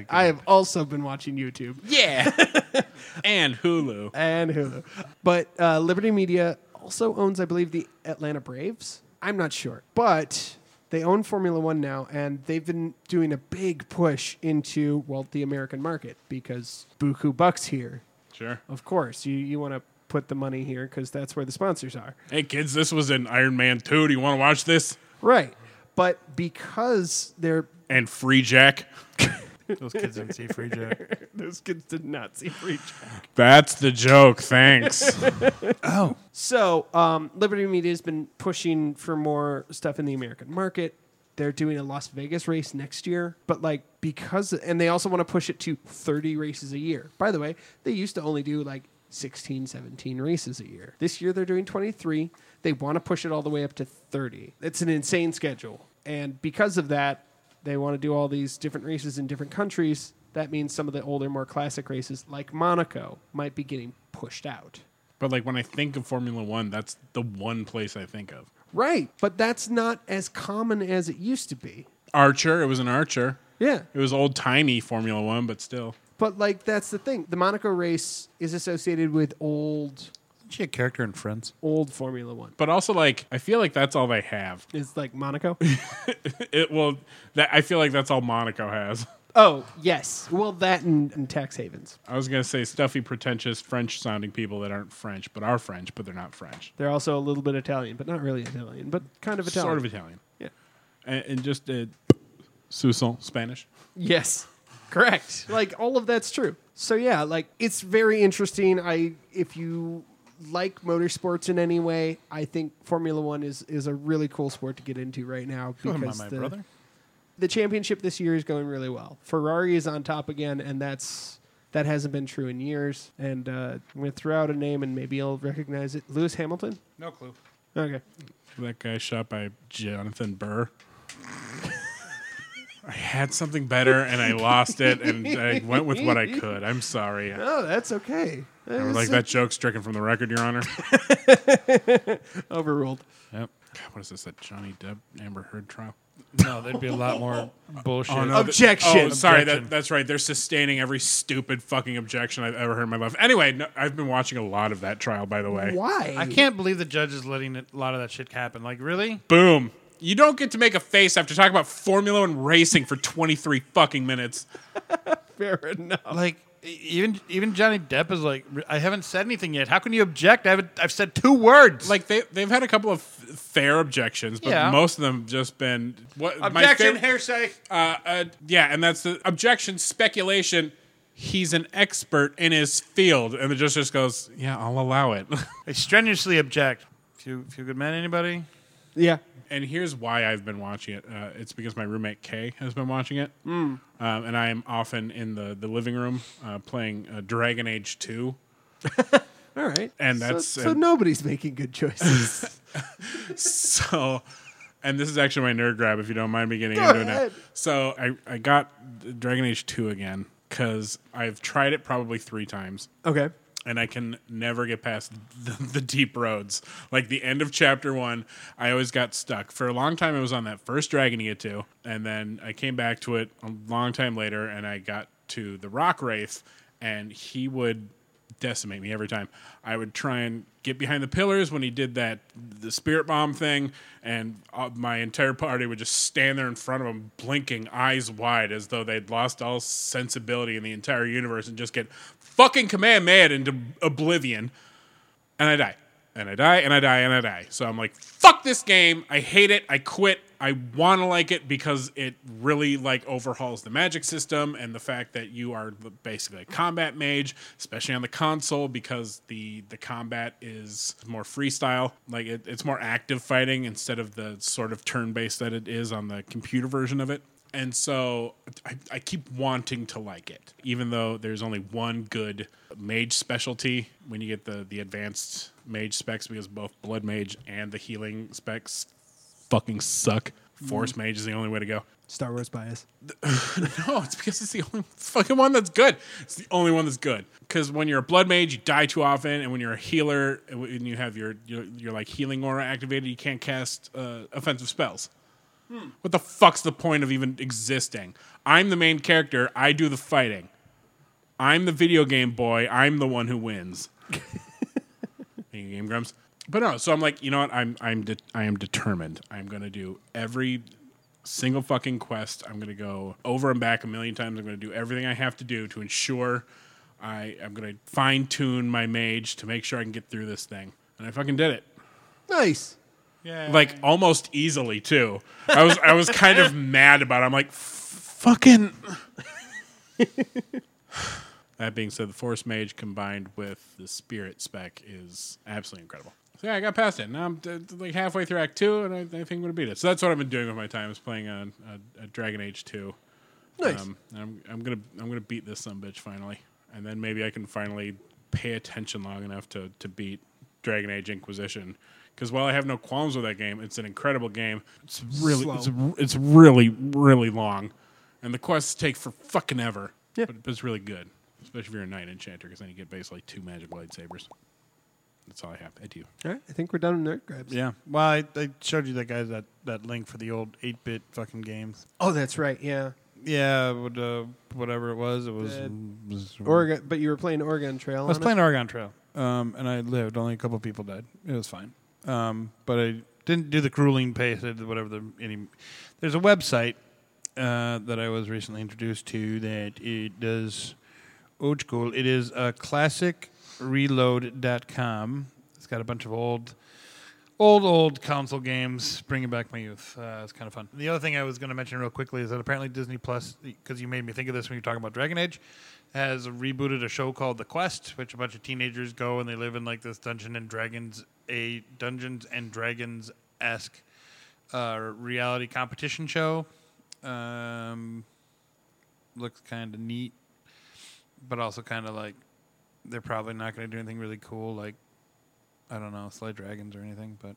B: I have also been watching YouTube.
A: Yeah. and Hulu.
B: and Hulu. But uh, Liberty Media also owns, I believe, the Atlanta Braves. I'm not sure, but they own Formula One now, and they've been doing a big push into well the American market because buku bucks here.
A: Sure.
B: Of course, you you want to put the money here because that's where the sponsors are.
A: Hey, kids, this was in Iron Man 2. Do you want to watch this?
B: Right. But because they're
A: And Free Jack.
C: Those kids didn't see Free Jack.
B: those kids did not see free Jack.
A: That's the joke. Thanks.
B: So, um, Liberty Media has been pushing for more stuff in the American market. They're doing a Las Vegas race next year, but like because, and they also want to push it to 30 races a year. By the way, they used to only do like 16, 17 races a year. This year they're doing 23. They want to push it all the way up to 30. It's an insane schedule. And because of that, they want to do all these different races in different countries. That means some of the older, more classic races like Monaco might be getting pushed out
A: But like when I think of Formula One, that's the one place I think of.
B: Right, but that's not as common as it used to be.
A: Archer, it was an Archer.
B: Yeah.
A: It was old timey Formula One, but still.
B: But like that's the thing. The Monaco race is associated with old
C: She a character in Friends.
B: old Formula 1.
A: But also like I feel like that's all they have.
B: It's like Monaco.
A: It well that I feel like that's all Monaco has.
B: oh, yes. Well, that and, and tax havens.
A: I was gonna say stuffy, pretentious French sounding people that aren't French but are French, but they're not French.
B: They're also a little bit Italian, but not really Italian, but kind of Italian.
A: Sort of Italian.
B: Yeah.
A: And, and just uh Sousson, Spanish.
B: Yes. Correct. Like all of that's true. So yeah, like it's very interesting. I if you like motorsports in any way, I think Formula 1 is is a really cool sport to get into right now
C: Oh,
B: because
C: my, my
B: the,
C: brother.
B: the championship this year is going really well. Ferrari is on top again and that's that hasn't been true in years and uh, I'm going to throw out a name and maybe you'll recognize it. Lewis Hamilton?
C: No clue.
B: Okay.
A: That guy shot by Jonathan Burr. I had something better and I lost it and I went with what I could. I'm sorry. I
B: Oh, that's okay.
A: would
B: It's
A: like that joke stricken from the record, Your Honor.
B: overruled.
C: Yep.
A: God, what is this? That Johnny Depp Amber Heard trial?
C: No, there'd be a lot more bullshit.
A: th-
B: Objection.
A: oh, sorry,
C: Objection.
A: that, that's right. They're sustaining every stupid fucking objection I've ever heard in my life. Anyway, no, I've been watching a lot of that trial, by the way.
B: Why?
C: I can't believe the judge is letting it- a lot of that shit happen. Like, really?
A: Boom. You don't get to make a face after talking about Formula One racing for 23 fucking minutes.
B: Fair enough.
C: Like, e- even even Johnny Depp is like, "Re- I haven't said anything yet. How can you object? I haven't, I've said two words.
A: Like they they've had a couple of f- fair objections, but
C: Yeah.
A: most of them just been what my
C: objection,
A: fav-
C: hearsay.
A: uh, uh, yeah, and that's the objection speculation. He's an expert in his field, and the judge just goes, "Yeah, I'll allow it."
C: I strenuously object. Few few good men, anybody?
B: Yeah.
A: and here's why I've been watching it. Uh, it's because my roommate Kay has been watching it,
B: Hmm.
A: um, and I am often in the the living room uh, playing uh, Dragon Age Two.
B: All right.
A: And
B: So-
A: that's-
B: so,
A: and-
B: nobody's making good choices.
A: so and this is actually my nerd grab if you don't mind me getting
B: Go
A: into
B: ahead.
A: it now. So I, I got Dragon Age 2 again because I've tried it probably three times
B: okay.
A: and I can never get past the, the deep roads. Like the end of chapter one, I always got stuck. For a long time, I was on that first dragon you get to, and then I came back to it a long time later, and I got to the rock wraith, and he would decimate me every time. I would try and get behind the pillars when he did that the spirit bomb thing, and uh, my entire party would just stand there in front of him, blinking eyes wide, as though they'd lost all sensibility in the entire universe, and just get fucking command mad into oblivion. And I die, and I die, and I die, and I die. So I'm like, fuck this game. I hate it. I quit. I want to like it because it really like overhauls the magic system and the fact that you are the- basically a combat mage, especially on the console because the the combat is more freestyle. Like it, it's more active fighting instead of the sort of turn based that it is on the computer version of it. And so I, I keep wanting to like it, even though there's only one good mage specialty when you get the, the advanced mage specs, because both blood mage and the healing specs fucking suck. Force mage is the only way to go.
B: Star Wars bias.
A: No, it's because it's the only fucking one that's good. It's the only one that's good. Because when you're a blood mage, you die too often, and when you're a healer and when you have your your, your like healing aura activated, you can't cast uh, offensive spells. What the fuck's the point of even existing? I'm the main character. I do the fighting. I'm the video game boy. I'm the one who wins. Video game grumps. But no, so I'm like, you know what? I'm I'm de- I am determined. I'm gonna do every single fucking quest. I'm gonna go over and back a million times. I'm gonna do everything I have to do to ensure I I'm gonna fine tune my mage to make sure I can get through this thing. And I fucking did it
B: Nice.
C: Yeah.
A: like almost easily too. I was I was kind of mad about it. I'm like fucking That being said, the Force Mage combined with the Spirit spec is absolutely incredible. So yeah, I got past it. Now I'm uh, like halfway through Act Two, and I, I think I'm gonna beat it. So that's what I've been doing with my time is playing on uh, uh, Dragon Age Two.
B: Nice.
A: Um, and I'm, I'm gonna I'm gonna beat this some bitch finally, and then maybe I can finally pay attention long enough to to beat Dragon Age Inquisition. Because while I have no qualms with that game, it's an incredible game. It's really it's, r- it's really really long, and the quests take for fucking ever.
B: Yeah.
A: But, but it's really good, especially if you're a knight enchanter, because then you get basically two magic lightsabers. That's all I have. I do.
B: All right, I think we're done with nerd grabs.
C: Yeah. Well, I, I showed you that guy that, that link for the old eight bit fucking games.
B: Oh, that's right. Yeah.
C: Yeah, but, uh, whatever it was, it was.
B: Uh,
C: was-
B: Oregon, but you were playing Oregon Trail.
C: I was playing Oregon Trail, um, and I lived. Only a couple people died. It was fine, um, but I didn't do the grueling pace. I did whatever the any. There's a website uh, that I was recently introduced to that it does old school. It is a classicreload.com. It's got a bunch of old old old console games bringing back my youth uh, it's kind of fun the other thing i was going to mention real quickly is that apparently disney plus because you made me think of this when you were talking about dragon age has rebooted a show called the quest which a bunch of teenagers go and they live in like this dungeon and dragons a dungeons and dragons esque uh, reality competition show um, looks kind of neat but also kind of like they're probably not going to do anything really cool like I don't know, slay dragons or anything, but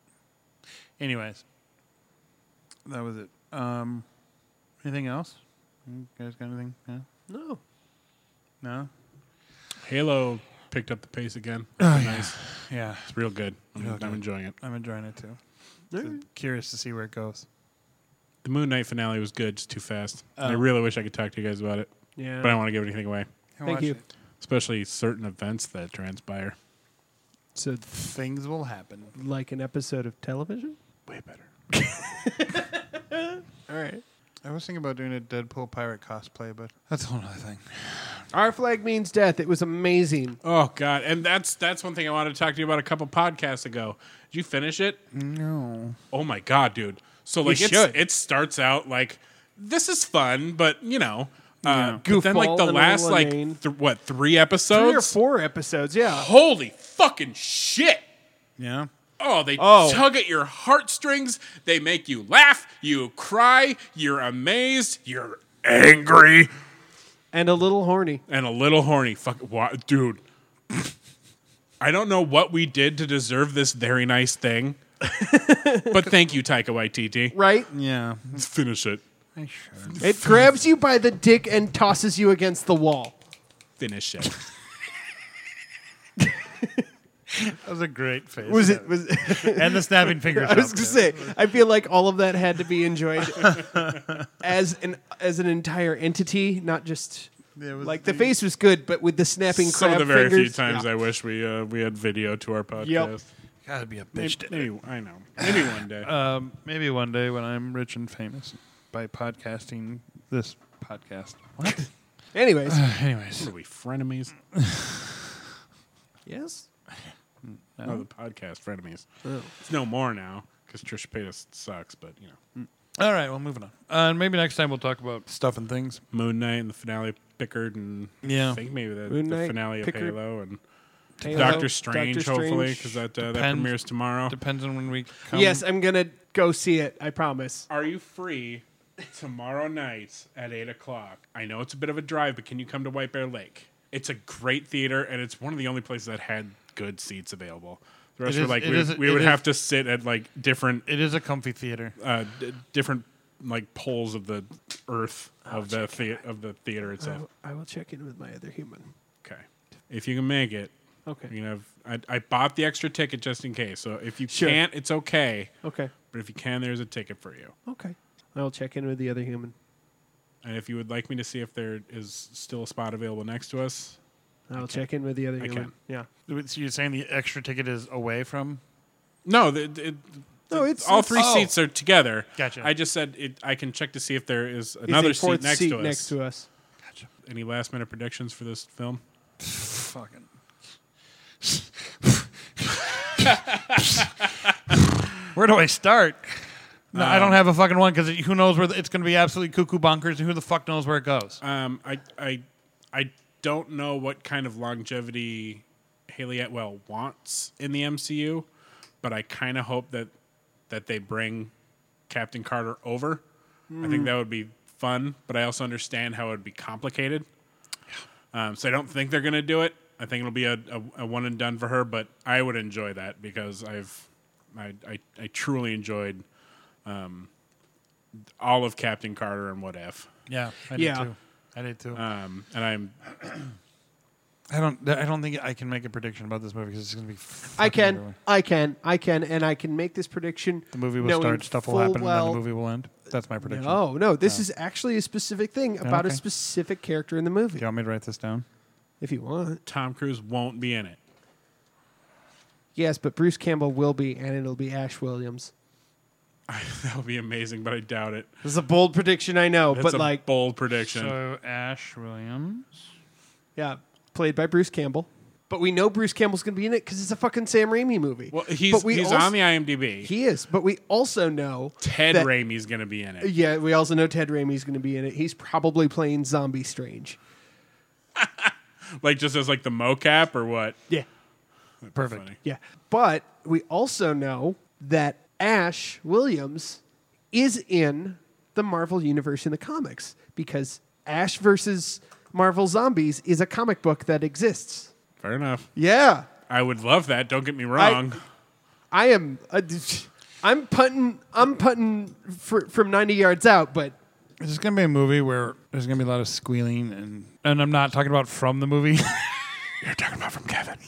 C: anyways. That was it. Um anything else? You guys got anything? Yeah?
B: No.
C: No?
A: Halo picked up the pace again. nice.
C: Oh, Yeah.
A: It's real good. I'm,
C: Real
A: I'm
C: good.
A: enjoying it.
C: I'm enjoying it too. So Curious to see where it goes.
A: The Moon Knight finale was good, just too fast. And I
C: Oh.
A: really wish I could talk to you guys about it,
B: Yeah.
A: but I don't want to give anything away,
C: I
B: Thank
C: watch
B: you.
C: it.
A: especially certain events that transpire.
B: So,
C: Things will happen.
B: like an episode of television.
A: Way better.
B: All right.
C: I was thinking about doing a Deadpool pirate cosplay, but that's a whole other thing.
B: Our flag means death. It was amazing.
A: Oh God! And that's that's one thing I wanted to talk to you about a couple podcasts ago. Did you finish it?
C: No.
A: Oh my god, dude. So like it's,
C: should.
A: it starts out like this is fun, but you know, uh,
B: Yeah.
A: but then like
B: Goofball
A: the
B: and
A: last
B: Lil
A: like
B: Wayne.
A: th- what three
B: Three or
A: episodes?
B: four episodes. Yeah.
A: Holy fucking shit!
C: Yeah.
A: Oh, they
B: Oh.
A: tug at your heartstrings. They make you laugh. You cry. You're amazed. You're angry
B: And a little horny.
A: and a little horny. Fuck, wha- dude. I don't know what we did to deserve this very nice thing, but thank you, Taika Waititi.
B: Right?
C: Yeah.
A: Let's finish it.
C: I should.
B: It grabs you by the dick and tosses you against the wall.
A: Finish it.
C: That was a great face.
B: Was it? Was
C: and the snapping fingers.
B: I was
C: up,
B: gonna
C: too.
B: say. I feel like all of that had to be enjoyed as an as an entire entity, not just.
C: It was
B: Like the face was good, but with the snapping
A: Some of
B: crab
A: the very
B: fingers,
A: few times
B: yeah.
A: I wish we uh, we had video to our podcast.
C: Gotta be a bitch.
A: Maybe,
C: to-
A: maybe- I know. Maybe one day.
C: Um, maybe one day when I'm rich and famous by podcasting this podcast. What?
B: Anyways,
C: Anyways,
A: What are we frenemies?
B: yes.
A: No,
C: Oh.
A: the podcast frenemies. It's no more now because Trisha Paytas sucks. But you know,
C: all right. Well, moving on. Uh, maybe next time we'll talk about stuff and things.
A: Moon Knight and the finale of Pickard and
C: Yeah.
A: I think maybe the,
B: Moon
A: the
B: Knight,
A: finale of
B: Pickard,
A: Halo and
B: Halo,
A: Doctor Strange,
B: Doctor
A: hopefully,
B: Strange.
A: because that uh, that
C: Depends.
A: premieres tomorrow.
C: Depends on when we.
A: Um,
C: come.
B: Yes, I'm gonna go see it. I promise.
A: Are you free tomorrow night at eight o'clock? I know it's a bit of a drive, but can you come to White Bear Lake? It's a great theater, and it's one of the only places that had good seats available. The rest
C: It
A: were
C: is-
A: like
C: it
A: we,
C: is-
A: we
C: it
A: would
C: is-
A: have to sit at like different
C: It is a comfy theater.
A: uh, d- different like poles of the earth
B: Oh,
A: of the thea- of the theater
B: I,
A: itself.
B: I will check in with my other human.
A: Okay, if you can make it,
B: Okay.
A: you know, I, I bought the extra ticket just in case. So if you
B: Sure. Oh.
A: can't, it's okay.
B: Okay.
A: But if you can, there's a ticket for you.
B: Okay. I will check in with the other human.
A: And if you would like me to see if there is still a spot available next to us,
B: I'll check in with the other
A: I
B: human.
A: can.
B: Yeah.
C: So you're saying the extra ticket is away from?
A: no, the, the-
B: No, it's
A: all three
C: oh.
A: seats are together.
C: Gotcha.
A: I just said it, I can check to see if there is
B: Is
A: another
B: a fourth
A: seat next
B: seat
A: to us.
B: next to us.
A: Any last minute predictions for this film?
C: Fucking. Where do I start? No, I don't have a fucking one because who knows where the, it's going to be absolutely cuckoo bonkers and who the fuck knows where it goes.
A: Um, I, I, I don't know what kind of longevity Haley Atwell wants in the MCU, but I kind of hope that that they bring Captain Carter over. I think that would be fun, but I also understand how it would be complicated. Um, so I don't think they're gonna do it. I think it'll be a, a, a one and done for her, but I would enjoy that because I've I I, I truly enjoyed um, all of Captain Carter and What If.
C: Yeah, I
B: Yeah.
A: Uh,
C: did too. I did too.
A: Um, and I'm
C: I don't. I don't think I can make a prediction about this movie because it's going to
B: I
C: be. fucking
B: can,
C: everywhere.
B: I can, I can, and I can make this prediction.
C: The movie will
B: knowing
C: start. Stuff will
B: full
C: happen, and
B: well-
C: then the movie will end. That's my prediction.
B: No, no, this is actually a specific thing about a
C: okay.
B: specific character in the movie.
C: Do you want me to write this down?
B: If you want,
A: Tom Cruise won't be in it.
B: yes, but Bruce Campbell will be, and it'll be Ash Williams.
A: that would be amazing, but I doubt it.
B: This is a bold prediction, I know,
A: That's
B: but
A: a
B: like,
A: bold prediction.
C: So Ash Williams.
B: yeah, played by Bruce Campbell. But we know Bruce Campbell's going to be in it because it's a fucking Sam Raimi movie.
A: well,
B: But
A: he's
B: we
A: he's
B: also-
A: on the IMDb.
B: He is, but we also know
A: Ted
B: that-
A: Raimi's gonna be in it.
B: Yeah, we also know Ted Raimi's going to be in it. He's probably playing Zombie Strange.
A: Like just as like the mocap or what?
B: Yeah,
C: Perfect.
A: Funny.
B: yeah. But we also know that Ash Williams is in the Marvel universe in the comics because Ash versus Marvel Zombies is a comic book that exists.
A: Fair enough.
B: Yeah,
A: I would love that. Don't get me wrong.
B: I am. i I'm punting. I'm punting fr- from ninety yards out, but
C: This is going to be a movie where there's going to be a lot of squealing, and and I'm not talking about from the movie.
A: You're talking about from Kevin.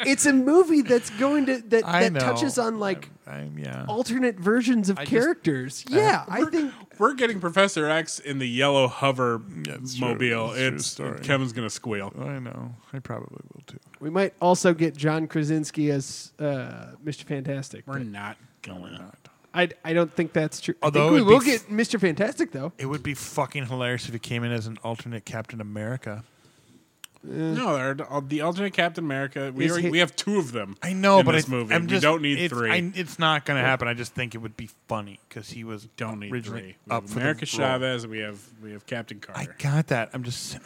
B: it's a movie that's going to that,
C: I
B: that
C: know.
B: touches on like
C: I'm, yeah.
A: Oh.
B: alternate versions of
C: just-
B: characters. yeah, I think
A: We're getting Professor X in the yellow hover
C: it's true.
A: mobile.
C: It's true
A: It's,
C: story.
A: Kevin's gonna squeal.
F: Uh,
C: I know. I probably will too.
B: we might also get John Krasinski as uh, Mr. Fantastic.
A: We're
B: but
A: not going.
B: I I don't think that's true.
F: Although
B: I think
F: it'd
B: we will
F: be
B: get
F: f-
B: Mr. Fantastic though.
F: It would be fucking hilarious if he came in as an alternate Captain America.
A: No, our- the alternate Captain America. We
B: Is
A: already,
B: he-
A: we have two of them.
F: I know,
A: in
F: but
A: this
F: I,
A: movie
F: I'm
A: we
F: just-
A: don't need
F: it's,
A: three.
F: I, it's not going to happen. I just think it would be funny because he was
A: don't need
F: originally
A: three. We
F: up
A: have
F: for
A: America
F: the role.
A: Chavez. and We have we have Captain
F: I
A: Carter.
F: got that. I'm just.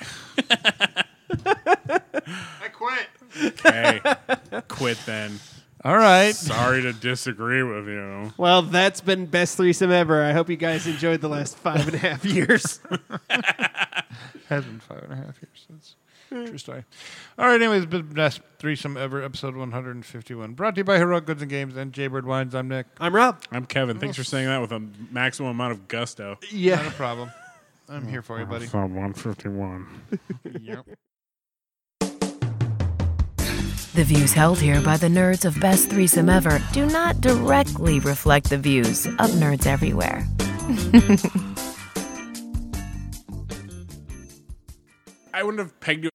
A: Okay, quit then.
F: All right.
A: Sorry to disagree with you.
B: Well, that's been best threesome ever. I hope you guys enjoyed the last five and a half years.
C: Has been five and a half years since. True story. All right, anyways, it's been best threesome ever, episode 151. Brought to you by Heroic Goods and Games and Jaybird Wines. I'm Nick.
B: I'm Rob.
A: I'm Kevin. Thanks for saying that with a maximum amount of gusto.
B: Yeah.
C: Not a problem. I'm here for you, buddy.
A: 151.
E: The views held here by the nerds of Best Threesome Ever do not directly reflect the views of nerds everywhere.
A: I wouldn't have pegged you